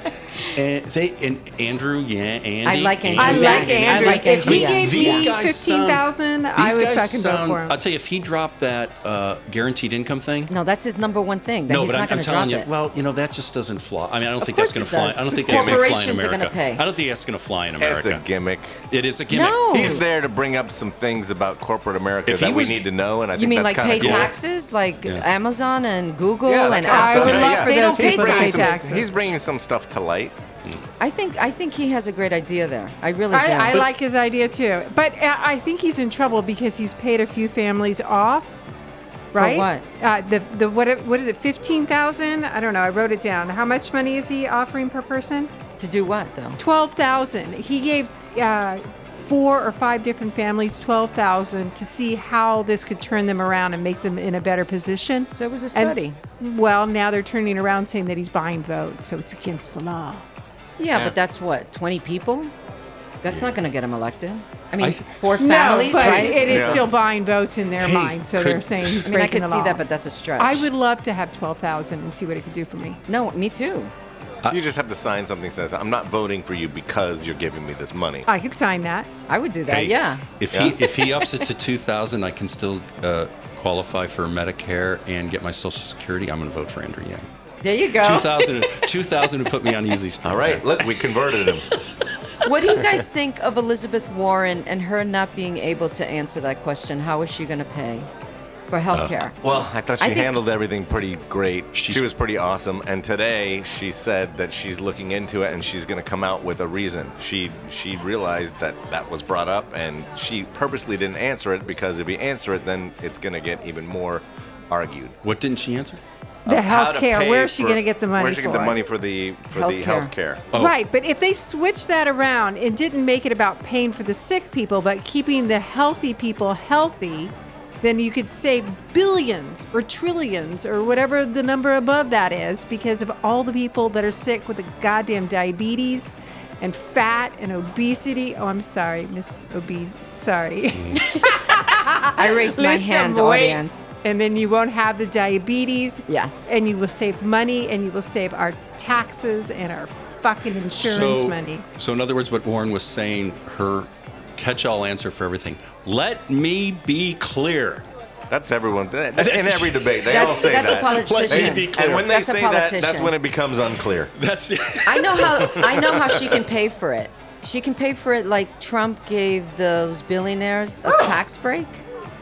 Speaker 2: And they and Andrew, yeah, Andy.
Speaker 4: I like Andrew
Speaker 1: I
Speaker 4: Andrew
Speaker 1: like
Speaker 4: Yang.
Speaker 1: Andrew.
Speaker 4: I like
Speaker 1: if he
Speaker 4: Andrew Yang.
Speaker 1: gave me
Speaker 2: These guys
Speaker 1: fifteen thousand,
Speaker 2: sound-
Speaker 1: I
Speaker 2: these
Speaker 1: would
Speaker 2: guys
Speaker 1: fucking vote
Speaker 2: sound-
Speaker 1: for him.
Speaker 2: I'll tell you, if he dropped that uh, guaranteed income thing,
Speaker 4: No, that's his number one thing. That
Speaker 2: no,
Speaker 4: he's
Speaker 2: but
Speaker 4: not
Speaker 2: I'm,
Speaker 4: going
Speaker 2: I'm
Speaker 4: to drop
Speaker 2: telling you,
Speaker 4: it.
Speaker 2: well, you know that just doesn't fly. I mean, I don't think
Speaker 4: course
Speaker 2: that's going
Speaker 4: it
Speaker 2: to fly.
Speaker 4: does.
Speaker 2: I don't think that's going to fly in
Speaker 4: Corporations are
Speaker 2: America.
Speaker 4: gonna pay.
Speaker 2: I don't think that's going to fly in
Speaker 3: It's
Speaker 2: America.
Speaker 3: a gimmick.
Speaker 2: It is a gimmick.
Speaker 4: no.
Speaker 3: He's there to bring up some things about corporate America
Speaker 2: If he
Speaker 3: that
Speaker 2: was-
Speaker 3: we need to know, and I
Speaker 4: You
Speaker 3: think
Speaker 4: mean
Speaker 3: that's
Speaker 4: like
Speaker 3: kind
Speaker 4: pay
Speaker 3: of cool.
Speaker 4: taxes, like
Speaker 2: Yeah.
Speaker 4: Amazon and Google
Speaker 3: Yeah, that
Speaker 4: and
Speaker 3: kinda
Speaker 1: I
Speaker 3: stuff.
Speaker 4: Apple?
Speaker 1: would
Speaker 3: Yeah,
Speaker 1: love
Speaker 3: yeah.
Speaker 1: for
Speaker 4: they
Speaker 1: those
Speaker 3: He's
Speaker 4: don't pay
Speaker 1: people to
Speaker 3: bringing
Speaker 1: pay
Speaker 3: some-
Speaker 1: taxes.
Speaker 3: He's bringing some stuff to light.
Speaker 4: I think I think he has a great idea there. I really do.
Speaker 1: I, I like his idea too, but uh, I think he's in trouble because he's paid a few families off. Right?
Speaker 4: what?
Speaker 1: Uh, the the what? it- What is it? Fifteen thousand? I don't know. I wrote it down. How much money is he offering per person?
Speaker 4: to do what though?
Speaker 1: Twelve thousand. He gave uh, four or five different families twelve thousand to see how this could turn them around and make them in a better position.
Speaker 4: So it was a
Speaker 1: And-
Speaker 4: study.
Speaker 1: well, now they're turning around saying that he's buying votes, so it's against the law.
Speaker 4: yeah, but that's what twenty people. That's not going to get him elected. I mean,
Speaker 2: I th-
Speaker 4: four families,
Speaker 1: no, but
Speaker 4: right?
Speaker 1: it is
Speaker 3: Yeah.
Speaker 1: still buying votes in their
Speaker 2: Hey,
Speaker 1: mind, so they're
Speaker 2: could-
Speaker 1: saying he's
Speaker 4: I mean, I
Speaker 1: breaking
Speaker 4: could
Speaker 1: the
Speaker 4: see
Speaker 1: law.
Speaker 4: that, but that's a stretch.
Speaker 1: I would love to have twelve thousand and see what it could do for me.
Speaker 4: No, me too.
Speaker 3: you just have to sign something that says, I'm not voting for you because you're giving me this money.
Speaker 1: I could sign that.
Speaker 4: I would do that,
Speaker 2: Hey,
Speaker 4: yeah.
Speaker 2: If
Speaker 3: Yeah.
Speaker 2: he if he ups it to two thousand, I can still uh, qualify for Medicare and get my Social Security. I'm going to vote for Andrew Yang.
Speaker 4: There you go.
Speaker 2: 2000, 2000 would put me on easy speed.
Speaker 3: Oh. All right, look, we converted him.
Speaker 4: What do you guys think of Elizabeth Warren and her not being able to answer that question? How is she going to pay for healthcare?
Speaker 3: Uh, Well, I thought she
Speaker 4: I think-
Speaker 3: handled everything pretty great. she
Speaker 2: She's-
Speaker 3: was pretty awesome. And today she said that she's looking into it and she's going to come out with a reason. She she realized that that was brought up and she purposely didn't answer it because if you answer it, then it's going to get even more argued.
Speaker 2: What didn't she answer?
Speaker 1: The
Speaker 3: How to
Speaker 1: healthcare.
Speaker 3: pay
Speaker 1: Where is she
Speaker 3: for-
Speaker 1: going to get the money?
Speaker 3: Where's she
Speaker 1: for
Speaker 3: get the
Speaker 1: it?
Speaker 3: money for the for the
Speaker 4: Healthcare.
Speaker 3: healthcare?
Speaker 2: Oh.
Speaker 1: Right, but if they switch that around and didn't make it about paying for the sick people, but keeping the healthy people healthy, then you could save billions or trillions or whatever the number above that is because of all the people that are sick with the goddamn diabetes and fat and obesity. Oh, I'm sorry, Miss Obese. Sorry.
Speaker 4: I raised my
Speaker 1: Lose some
Speaker 4: hand,
Speaker 1: weight.
Speaker 4: audience.
Speaker 1: and then you won't have the diabetes.
Speaker 4: Yes.
Speaker 1: And you will save money and you will save our taxes and our fucking insurance money.
Speaker 2: So, in other words, what Warren was saying, her catch-all answer for everything. Let me be clear.
Speaker 3: That's everyone. that- that- in every debate, they all
Speaker 4: That's,
Speaker 3: say
Speaker 4: that's a
Speaker 3: that.
Speaker 2: Let
Speaker 4: politician.
Speaker 2: me be clear.
Speaker 3: and when they
Speaker 4: That's a
Speaker 3: say that, that's
Speaker 4: politician.
Speaker 3: when it becomes unclear.
Speaker 2: That's
Speaker 4: I know how I know how she can pay for it. She can pay for it like Trump gave those billionaires a tax break.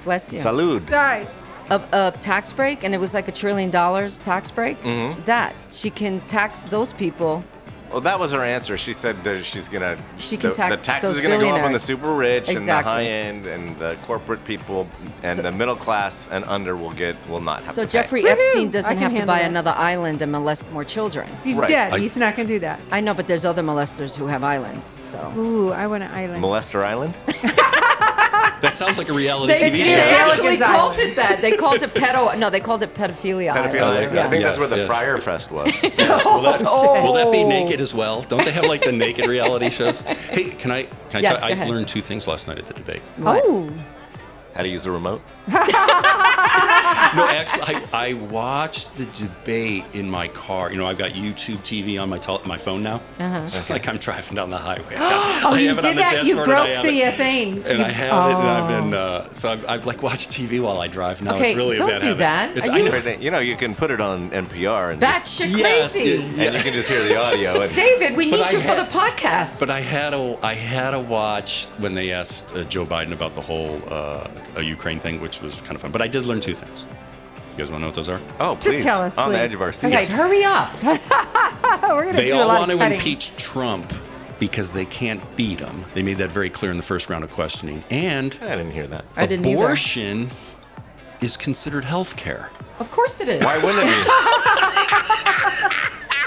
Speaker 4: Bless you.
Speaker 3: Salud.
Speaker 1: Guys.
Speaker 4: A, a tax break, and it was like a trillion dollars tax break.
Speaker 2: Mm-hmm.
Speaker 4: That she can tax those people.
Speaker 3: Well, that was her answer. She said that she's gonna.
Speaker 4: She can
Speaker 3: the,
Speaker 4: tax
Speaker 3: the taxes
Speaker 4: those
Speaker 3: are gonna go up on the
Speaker 4: billionaires.
Speaker 3: super rich and the
Speaker 4: Exactly.
Speaker 3: high end and the corporate people and
Speaker 4: So-
Speaker 3: the middle class and under will get will not have.
Speaker 4: So
Speaker 3: to pay.
Speaker 4: Jeffrey
Speaker 1: Woohoo!
Speaker 4: Epstein
Speaker 1: I
Speaker 4: doesn't
Speaker 1: can
Speaker 4: have to
Speaker 1: handle
Speaker 4: buy
Speaker 1: that.
Speaker 4: another island and molest more children.
Speaker 1: He's
Speaker 3: Right.
Speaker 1: dead.
Speaker 2: I-
Speaker 1: He's not going to do that.
Speaker 4: I know, but there's other molesters who have islands. So
Speaker 1: Ooh, I want an island.
Speaker 3: Molester Island.
Speaker 2: that sounds like a reality
Speaker 1: They
Speaker 2: TV
Speaker 1: did
Speaker 2: show.
Speaker 1: it. Pelican's
Speaker 4: it that. They called it pedo. No, they called it pedophilia.
Speaker 3: I feel
Speaker 4: island.
Speaker 3: like- I think that's
Speaker 2: Yes,
Speaker 3: where the
Speaker 2: yes.
Speaker 3: Friar Fest was.
Speaker 2: Yes, will, that,
Speaker 1: Oh,
Speaker 2: will that be
Speaker 1: shit.
Speaker 2: naked as well? Don't they have like the naked reality shows? Hey, can I? Can I?
Speaker 4: Yes,
Speaker 2: tell,
Speaker 4: go
Speaker 2: I
Speaker 4: ahead.
Speaker 2: learned two things last night at the debate.
Speaker 4: What?
Speaker 1: Oh,
Speaker 3: How to use a remote?
Speaker 2: No, actually, I, I watched the debate in my car. You know, I've got YouTube TV on my tel- my phone now. It's like I'm driving down the highway.
Speaker 1: oh,
Speaker 2: oh,
Speaker 1: you did that. You broke the uh, thing.
Speaker 2: And
Speaker 1: You-
Speaker 2: I have it, and I've been uh, so I've, I've like watched TV while I drive now.
Speaker 4: Okay,
Speaker 2: it's really a
Speaker 4: don't
Speaker 2: bad
Speaker 4: do
Speaker 2: habit.
Speaker 4: that.
Speaker 2: It's,
Speaker 4: Are
Speaker 2: I
Speaker 4: you-
Speaker 2: know,
Speaker 3: You know, you can put it on NPR and
Speaker 4: That
Speaker 3: just,
Speaker 4: shit
Speaker 2: Yes,
Speaker 4: crazy.
Speaker 2: it-
Speaker 3: and you can just hear the audio. And,
Speaker 4: David, we
Speaker 2: But
Speaker 4: need
Speaker 2: I
Speaker 4: you
Speaker 2: had-
Speaker 4: for the podcast.
Speaker 2: but I had a I had a watch when they asked uh, Joe Biden about the whole uh, uh, Ukraine thing, which was kind of fun. But I did learn two things. You guys want to know what those are?
Speaker 3: oh,
Speaker 1: Just
Speaker 3: please!
Speaker 1: tell us,
Speaker 3: on the
Speaker 1: please.
Speaker 3: edge of our seats.
Speaker 4: okay, hurry up.
Speaker 1: oh, we're going to
Speaker 2: They
Speaker 1: do a
Speaker 2: all
Speaker 1: lot
Speaker 2: want
Speaker 1: of
Speaker 2: to
Speaker 1: cutting.
Speaker 2: impeach Trump because they can't beat him. They made that very clear in the first round of questioning. And
Speaker 3: I didn't hear that.
Speaker 4: I didn't either.
Speaker 2: abortion is considered health care.
Speaker 4: Of course it is.
Speaker 3: Why wouldn't it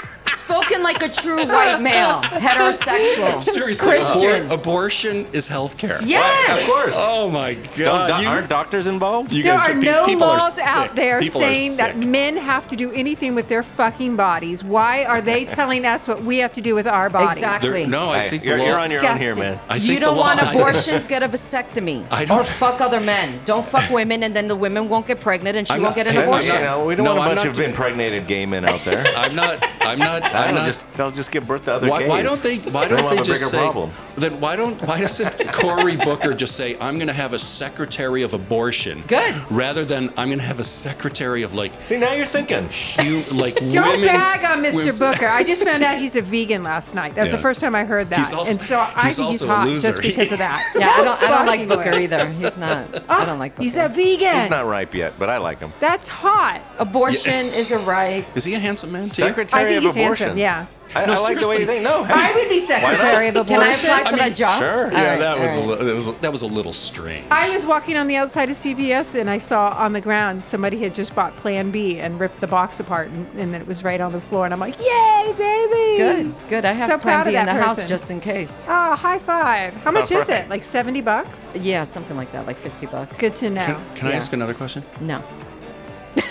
Speaker 3: be?
Speaker 4: Spoken like a true white male, heterosexual,
Speaker 2: Seriously,
Speaker 4: Christian.
Speaker 2: abor- abortion is health care.
Speaker 4: yes.
Speaker 3: Of course.
Speaker 2: Oh my
Speaker 3: Don't,
Speaker 2: God!
Speaker 3: do
Speaker 2: you-
Speaker 3: aren't doctors involved?
Speaker 2: you
Speaker 1: There
Speaker 2: guys
Speaker 1: are
Speaker 2: are pe-
Speaker 1: no
Speaker 2: people are
Speaker 1: laws
Speaker 2: sick.
Speaker 1: out there
Speaker 2: People are
Speaker 1: saying that
Speaker 2: sick.
Speaker 1: men have to do anything with their fucking bodies. Why are they telling us what we have to do with our bodies?
Speaker 4: Exactly.
Speaker 2: They're- no, I
Speaker 3: Hey,
Speaker 2: think
Speaker 3: you're,
Speaker 2: the law,
Speaker 3: you're on your own here,
Speaker 1: Disgusting.
Speaker 3: man.
Speaker 2: I think
Speaker 4: You
Speaker 2: the
Speaker 4: don't
Speaker 2: law-
Speaker 4: want
Speaker 2: I-
Speaker 4: abortions, get a vasectomy.
Speaker 2: I don't-
Speaker 4: Or fuck other men. Don't fuck women, and then the women won't get pregnant, and she
Speaker 2: I'm
Speaker 4: won't
Speaker 2: not-
Speaker 4: get an
Speaker 2: I'm not-
Speaker 4: abortion.
Speaker 3: You know, we don't
Speaker 2: No,
Speaker 3: want a
Speaker 2: I'm
Speaker 3: bunch
Speaker 2: not
Speaker 3: of
Speaker 2: doing-
Speaker 3: impregnated gay men out there.
Speaker 2: I'm not. I'm not. I'm
Speaker 3: That'll
Speaker 2: not.
Speaker 3: just they'll just give birth to other
Speaker 2: Why,
Speaker 3: gays.
Speaker 2: why don't they? Why
Speaker 3: Then
Speaker 2: don't
Speaker 3: we'll
Speaker 2: they
Speaker 3: have a
Speaker 2: just
Speaker 3: bigger
Speaker 2: say?
Speaker 3: problem?
Speaker 2: Then why don't? Why doesn't Cory Booker just say, "I'm going to have a secretary of abortion"?
Speaker 4: Good.
Speaker 2: Rather than I'm going to have a secretary of like,
Speaker 3: See, now you're thinking.
Speaker 2: hu- like
Speaker 1: Don't
Speaker 2: women's-
Speaker 1: bag on Mr.
Speaker 2: women's-
Speaker 1: Booker. I just found out he's a vegan last night. That's the
Speaker 2: Yeah.
Speaker 1: first time I heard that.
Speaker 2: He's also-
Speaker 1: and so I
Speaker 2: he's
Speaker 1: think he's
Speaker 2: also a
Speaker 1: hot just
Speaker 2: loser.
Speaker 1: because of that.
Speaker 4: Yeah, I don't. I don't like
Speaker 1: Fucking
Speaker 4: Booker
Speaker 1: way.
Speaker 4: either. He's not. I don't like Booker.
Speaker 1: He's a vegan.
Speaker 3: He's not ripe yet, but I like him.
Speaker 1: That's hot.
Speaker 4: Abortion is a right.
Speaker 2: Is he a handsome man? to you?
Speaker 1: I
Speaker 3: Secretary
Speaker 1: think
Speaker 3: of
Speaker 1: he's handsome,
Speaker 3: Abortion.
Speaker 1: yeah.
Speaker 3: I,
Speaker 2: No,
Speaker 3: I like the way you think.
Speaker 2: seriously.
Speaker 3: No,
Speaker 1: I would be secretary of abortion.
Speaker 4: Can I apply for that job?
Speaker 3: sure.
Speaker 4: All
Speaker 2: Yeah,
Speaker 4: right,
Speaker 2: that
Speaker 4: all
Speaker 2: was a
Speaker 4: right.
Speaker 2: li- that was that was a little strange.
Speaker 1: I was walking on the outside of CVS and I saw on the ground somebody had just bought Plan B and ripped the box apart and, and then it was right on the floor and I'm like, yay, baby!
Speaker 4: Good, good. I have
Speaker 1: so
Speaker 4: Plan
Speaker 1: proud
Speaker 4: B
Speaker 1: of that
Speaker 4: in the house
Speaker 1: person.
Speaker 4: just in case.
Speaker 1: Oh, high five! How much
Speaker 3: All
Speaker 1: is
Speaker 3: right.
Speaker 1: it? Like seventy bucks?
Speaker 4: Yeah, something like that, like fifty bucks.
Speaker 1: Good to know.
Speaker 2: Can, can I
Speaker 4: Yeah.
Speaker 2: ask another question?
Speaker 4: No.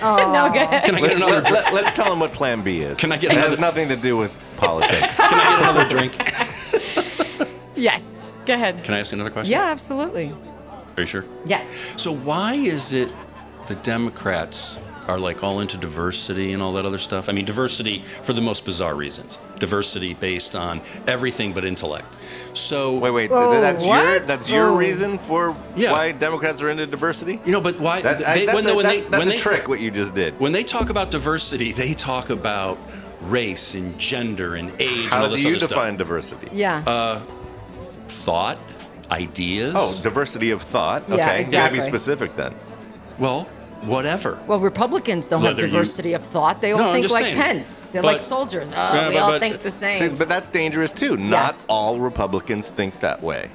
Speaker 1: no, good.
Speaker 2: Can I get
Speaker 3: Let's,
Speaker 2: another?
Speaker 3: let,
Speaker 2: Drink?
Speaker 3: us tell him what Plan B is.
Speaker 2: Can I get
Speaker 3: It has
Speaker 2: another-
Speaker 3: nothing to do with politics.
Speaker 2: Can I get another drink?
Speaker 4: Yes. Go ahead.
Speaker 2: Can I ask another question?
Speaker 4: Yeah, absolutely.
Speaker 2: Are you sure?
Speaker 4: Yes.
Speaker 2: So why is it the Democrats are like all into diversity and all that other stuff. I mean, diversity for the most bizarre reasons. Diversity based on everything but intellect. So
Speaker 3: Wait, wait. th-
Speaker 1: Oh,
Speaker 3: that's your
Speaker 1: what?
Speaker 3: that's your
Speaker 1: Oh.
Speaker 3: reason for
Speaker 2: Yeah.
Speaker 3: why Democrats are into diversity.
Speaker 2: You know, but why?
Speaker 3: That, I-
Speaker 2: they-
Speaker 3: that's
Speaker 2: when
Speaker 3: a,
Speaker 2: they- when
Speaker 3: that-
Speaker 2: they-
Speaker 3: that's
Speaker 2: when
Speaker 3: a
Speaker 2: they-
Speaker 3: trick. What you just did.
Speaker 2: When they talk about diversity, they talk about race and gender and age and
Speaker 3: How
Speaker 2: all
Speaker 3: do
Speaker 2: this
Speaker 3: you
Speaker 2: other
Speaker 3: define diversity?
Speaker 4: Yeah.
Speaker 2: stuff. Thought, ideas.
Speaker 3: Oh, diversity of thought.
Speaker 4: Yeah,
Speaker 3: Okay, you gotta be
Speaker 4: exactly.
Speaker 3: specific then.
Speaker 2: well, whatever.
Speaker 4: well, Republicans don't have
Speaker 2: Whether you-
Speaker 4: diversity of thought. They all
Speaker 2: No, I'm
Speaker 4: think
Speaker 2: just
Speaker 4: like
Speaker 2: saying.
Speaker 4: Pence. They're
Speaker 2: But-
Speaker 4: like soldiers. Oh,
Speaker 2: Yeah,
Speaker 4: we
Speaker 2: but-
Speaker 4: all
Speaker 2: but-
Speaker 4: think the
Speaker 3: See,
Speaker 4: same.
Speaker 3: but that's dangerous too.
Speaker 4: Yes.
Speaker 3: Not all Republicans think that way.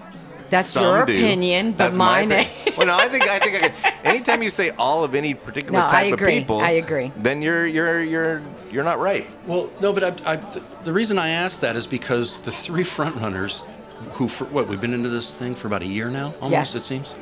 Speaker 4: That's
Speaker 3: Some
Speaker 4: your
Speaker 3: do.
Speaker 4: opinion, but
Speaker 3: That's my
Speaker 4: mine
Speaker 3: opinion. well, no, I think I think I could, anytime you say all of any particular
Speaker 4: No, I
Speaker 3: type
Speaker 4: agree.
Speaker 3: of people,
Speaker 4: I agree.
Speaker 3: Then you're you're you're you're not right.
Speaker 2: Well, no, but I, I, th- the reason I asked that is because the three frontrunners, who for what we've been into this thing for about a year now, almost
Speaker 4: Yes.
Speaker 2: it seems,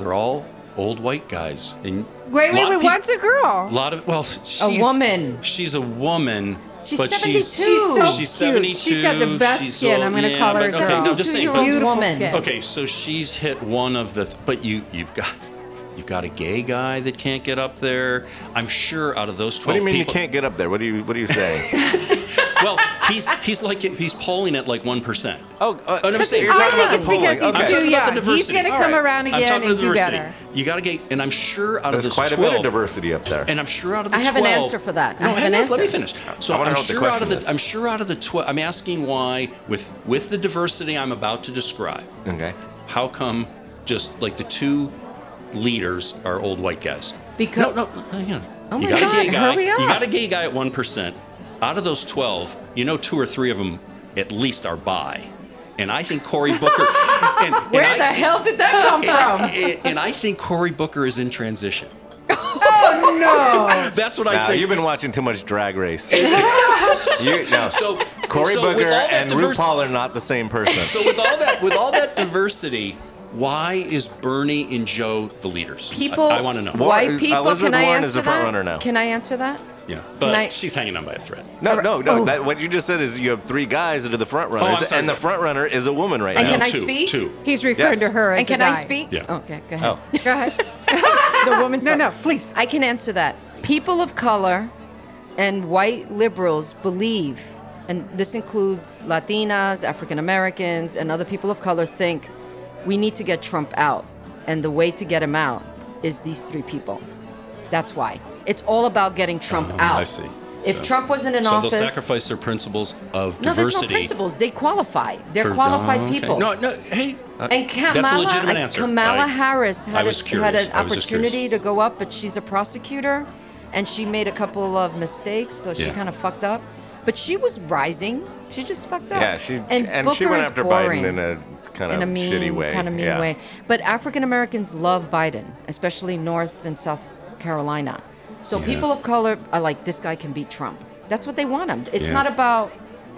Speaker 2: they're all old white guys. And
Speaker 1: Wait,
Speaker 2: lot
Speaker 1: wait,
Speaker 2: of
Speaker 1: wait.
Speaker 2: peop-
Speaker 1: What's a girl?
Speaker 2: lot of well, she's,
Speaker 4: woman.
Speaker 2: She's a woman.
Speaker 4: She's
Speaker 2: but
Speaker 4: 72.
Speaker 1: She's so
Speaker 2: she's
Speaker 1: cute. She's got the
Speaker 2: 72,
Speaker 1: best
Speaker 2: she's
Speaker 1: skin.
Speaker 2: old-
Speaker 1: I'm gonna
Speaker 2: yeah,
Speaker 1: call her a
Speaker 2: but-
Speaker 1: girl.
Speaker 2: okay, no, I'm just saying, but-
Speaker 4: 72-year-old
Speaker 1: Beautiful
Speaker 4: woman.
Speaker 1: skin.
Speaker 2: Okay, so she's hit one of the, but you you've got you've got a gay guy that can't get up there. I'm sure out of those
Speaker 3: What do
Speaker 2: twelve
Speaker 3: you mean
Speaker 2: people-
Speaker 3: you can't get up there? What do you what do you say?
Speaker 2: well, he's he's like he's polling at like one percent.
Speaker 3: oh, uh,
Speaker 2: Oh, no,
Speaker 3: you're
Speaker 2: see,
Speaker 3: talking
Speaker 2: I
Speaker 3: about
Speaker 2: think
Speaker 3: the
Speaker 2: it's
Speaker 3: polling.
Speaker 1: because he's
Speaker 3: Okay.
Speaker 1: too young.
Speaker 2: about the
Speaker 1: He's
Speaker 2: diversity.
Speaker 1: going to
Speaker 2: All
Speaker 1: come
Speaker 2: right.
Speaker 1: around
Speaker 2: I'm
Speaker 1: again
Speaker 2: talking
Speaker 1: and
Speaker 2: about
Speaker 1: do
Speaker 2: diversity.
Speaker 1: better.
Speaker 2: You got to get, and I'm sure out
Speaker 3: There's
Speaker 2: of this
Speaker 3: quite
Speaker 2: 12,
Speaker 3: a bit of diversity up there.
Speaker 2: And I'm sure out of the
Speaker 4: I have an
Speaker 2: 12
Speaker 4: answer for that. I
Speaker 2: No,
Speaker 4: have
Speaker 2: hang
Speaker 4: an
Speaker 2: on, Let me
Speaker 4: answer.
Speaker 2: finish. So
Speaker 3: I wanna
Speaker 2: I'm
Speaker 3: know what the
Speaker 2: sure out of
Speaker 3: question is.
Speaker 2: the I'm sure out of the 12. I'm asking why with with the diversity I'm about to describe.
Speaker 3: okay.
Speaker 2: How come just like the two leaders are old white guys?
Speaker 4: Because-
Speaker 2: no, no, hang on.
Speaker 4: Oh
Speaker 2: you
Speaker 4: my
Speaker 2: got a gay
Speaker 4: God,
Speaker 2: guy.
Speaker 4: hurry up.
Speaker 2: You got a gay guy at one percent. Out of those twelve, you know, two or three of them at least are bi. And I think Cory Booker. and, and
Speaker 4: Where
Speaker 2: I-
Speaker 4: the hell did that come from?
Speaker 2: and, and I think Cory Booker is in transition.
Speaker 4: Oh,
Speaker 1: No.
Speaker 2: That's what I
Speaker 3: Now
Speaker 2: think.
Speaker 3: you've been watching too much Drag Race. you, no,
Speaker 2: so
Speaker 3: Cory
Speaker 2: so with
Speaker 3: Booker
Speaker 2: all that
Speaker 3: and
Speaker 2: diversi-
Speaker 3: RuPaul are not the same person.
Speaker 2: So with all that, with all that diversity, why is Bernie and Joe the leaders? I-
Speaker 4: People,
Speaker 2: I, want to know.
Speaker 3: What?
Speaker 4: White people,
Speaker 3: Elizabeth
Speaker 4: can I
Speaker 3: Warren
Speaker 4: answer
Speaker 3: is the front
Speaker 4: that?
Speaker 3: runner now.
Speaker 4: Can I answer that?
Speaker 2: Yeah, but
Speaker 4: Can I-
Speaker 2: she's hanging on by a thread.
Speaker 3: No, no, no.
Speaker 1: Oh.
Speaker 3: That, what you just said is you have three guys that are the front runners,
Speaker 2: Oh, sorry.
Speaker 3: and the front runner is a woman right
Speaker 4: And
Speaker 3: now.
Speaker 4: can I
Speaker 2: two,
Speaker 4: speak?
Speaker 2: Two.
Speaker 1: He's referring
Speaker 3: Yes.
Speaker 1: to her as
Speaker 4: and can
Speaker 1: I
Speaker 4: I speak?
Speaker 2: Yeah.
Speaker 4: Okay, go ahead.
Speaker 3: oh,
Speaker 1: Go ahead.
Speaker 4: The woman's
Speaker 1: No,
Speaker 4: first.
Speaker 1: no, please.
Speaker 4: I can answer that. People of color and white liberals believe, and this includes Latinas, African Americans, and other people of color, think we need to get Trump out. And the way to get him out is these three people. That's why. It's all about getting Trump
Speaker 2: Oh,
Speaker 4: out.
Speaker 2: I see.
Speaker 4: If
Speaker 2: So-
Speaker 4: Trump wasn't in
Speaker 2: so
Speaker 4: office.
Speaker 2: they'll sacrifice their principles of
Speaker 4: no, there's no
Speaker 2: diversity.
Speaker 4: principles. They qualify. They're
Speaker 2: for-
Speaker 4: qualified
Speaker 2: oh, okay.
Speaker 4: people.
Speaker 2: No, no. Hey, uh,
Speaker 4: And Kamala,
Speaker 2: that's a legitimate answer.
Speaker 4: Kamala
Speaker 2: I-
Speaker 4: Harris
Speaker 2: I
Speaker 4: had,
Speaker 2: was
Speaker 4: a, had
Speaker 2: curious.
Speaker 4: an
Speaker 2: I was just curious.
Speaker 4: opportunity to go up, but she's a prosecutor, and she made a couple of mistakes, so she
Speaker 2: Yeah.
Speaker 4: kind of fucked up. But she was rising. She just fucked up.
Speaker 3: yeah, she
Speaker 4: and,
Speaker 3: and, she
Speaker 4: Booker
Speaker 3: went
Speaker 4: is
Speaker 3: after
Speaker 4: boring
Speaker 3: Biden in a kind of
Speaker 4: in a mean,
Speaker 3: shitty way,
Speaker 4: kind of mean
Speaker 3: yeah.
Speaker 4: way. But African Americans love Biden, especially North and South Carolina. So people of color are like, this guy can beat Trump. That's what they want him. It's
Speaker 2: Yeah.
Speaker 4: not about.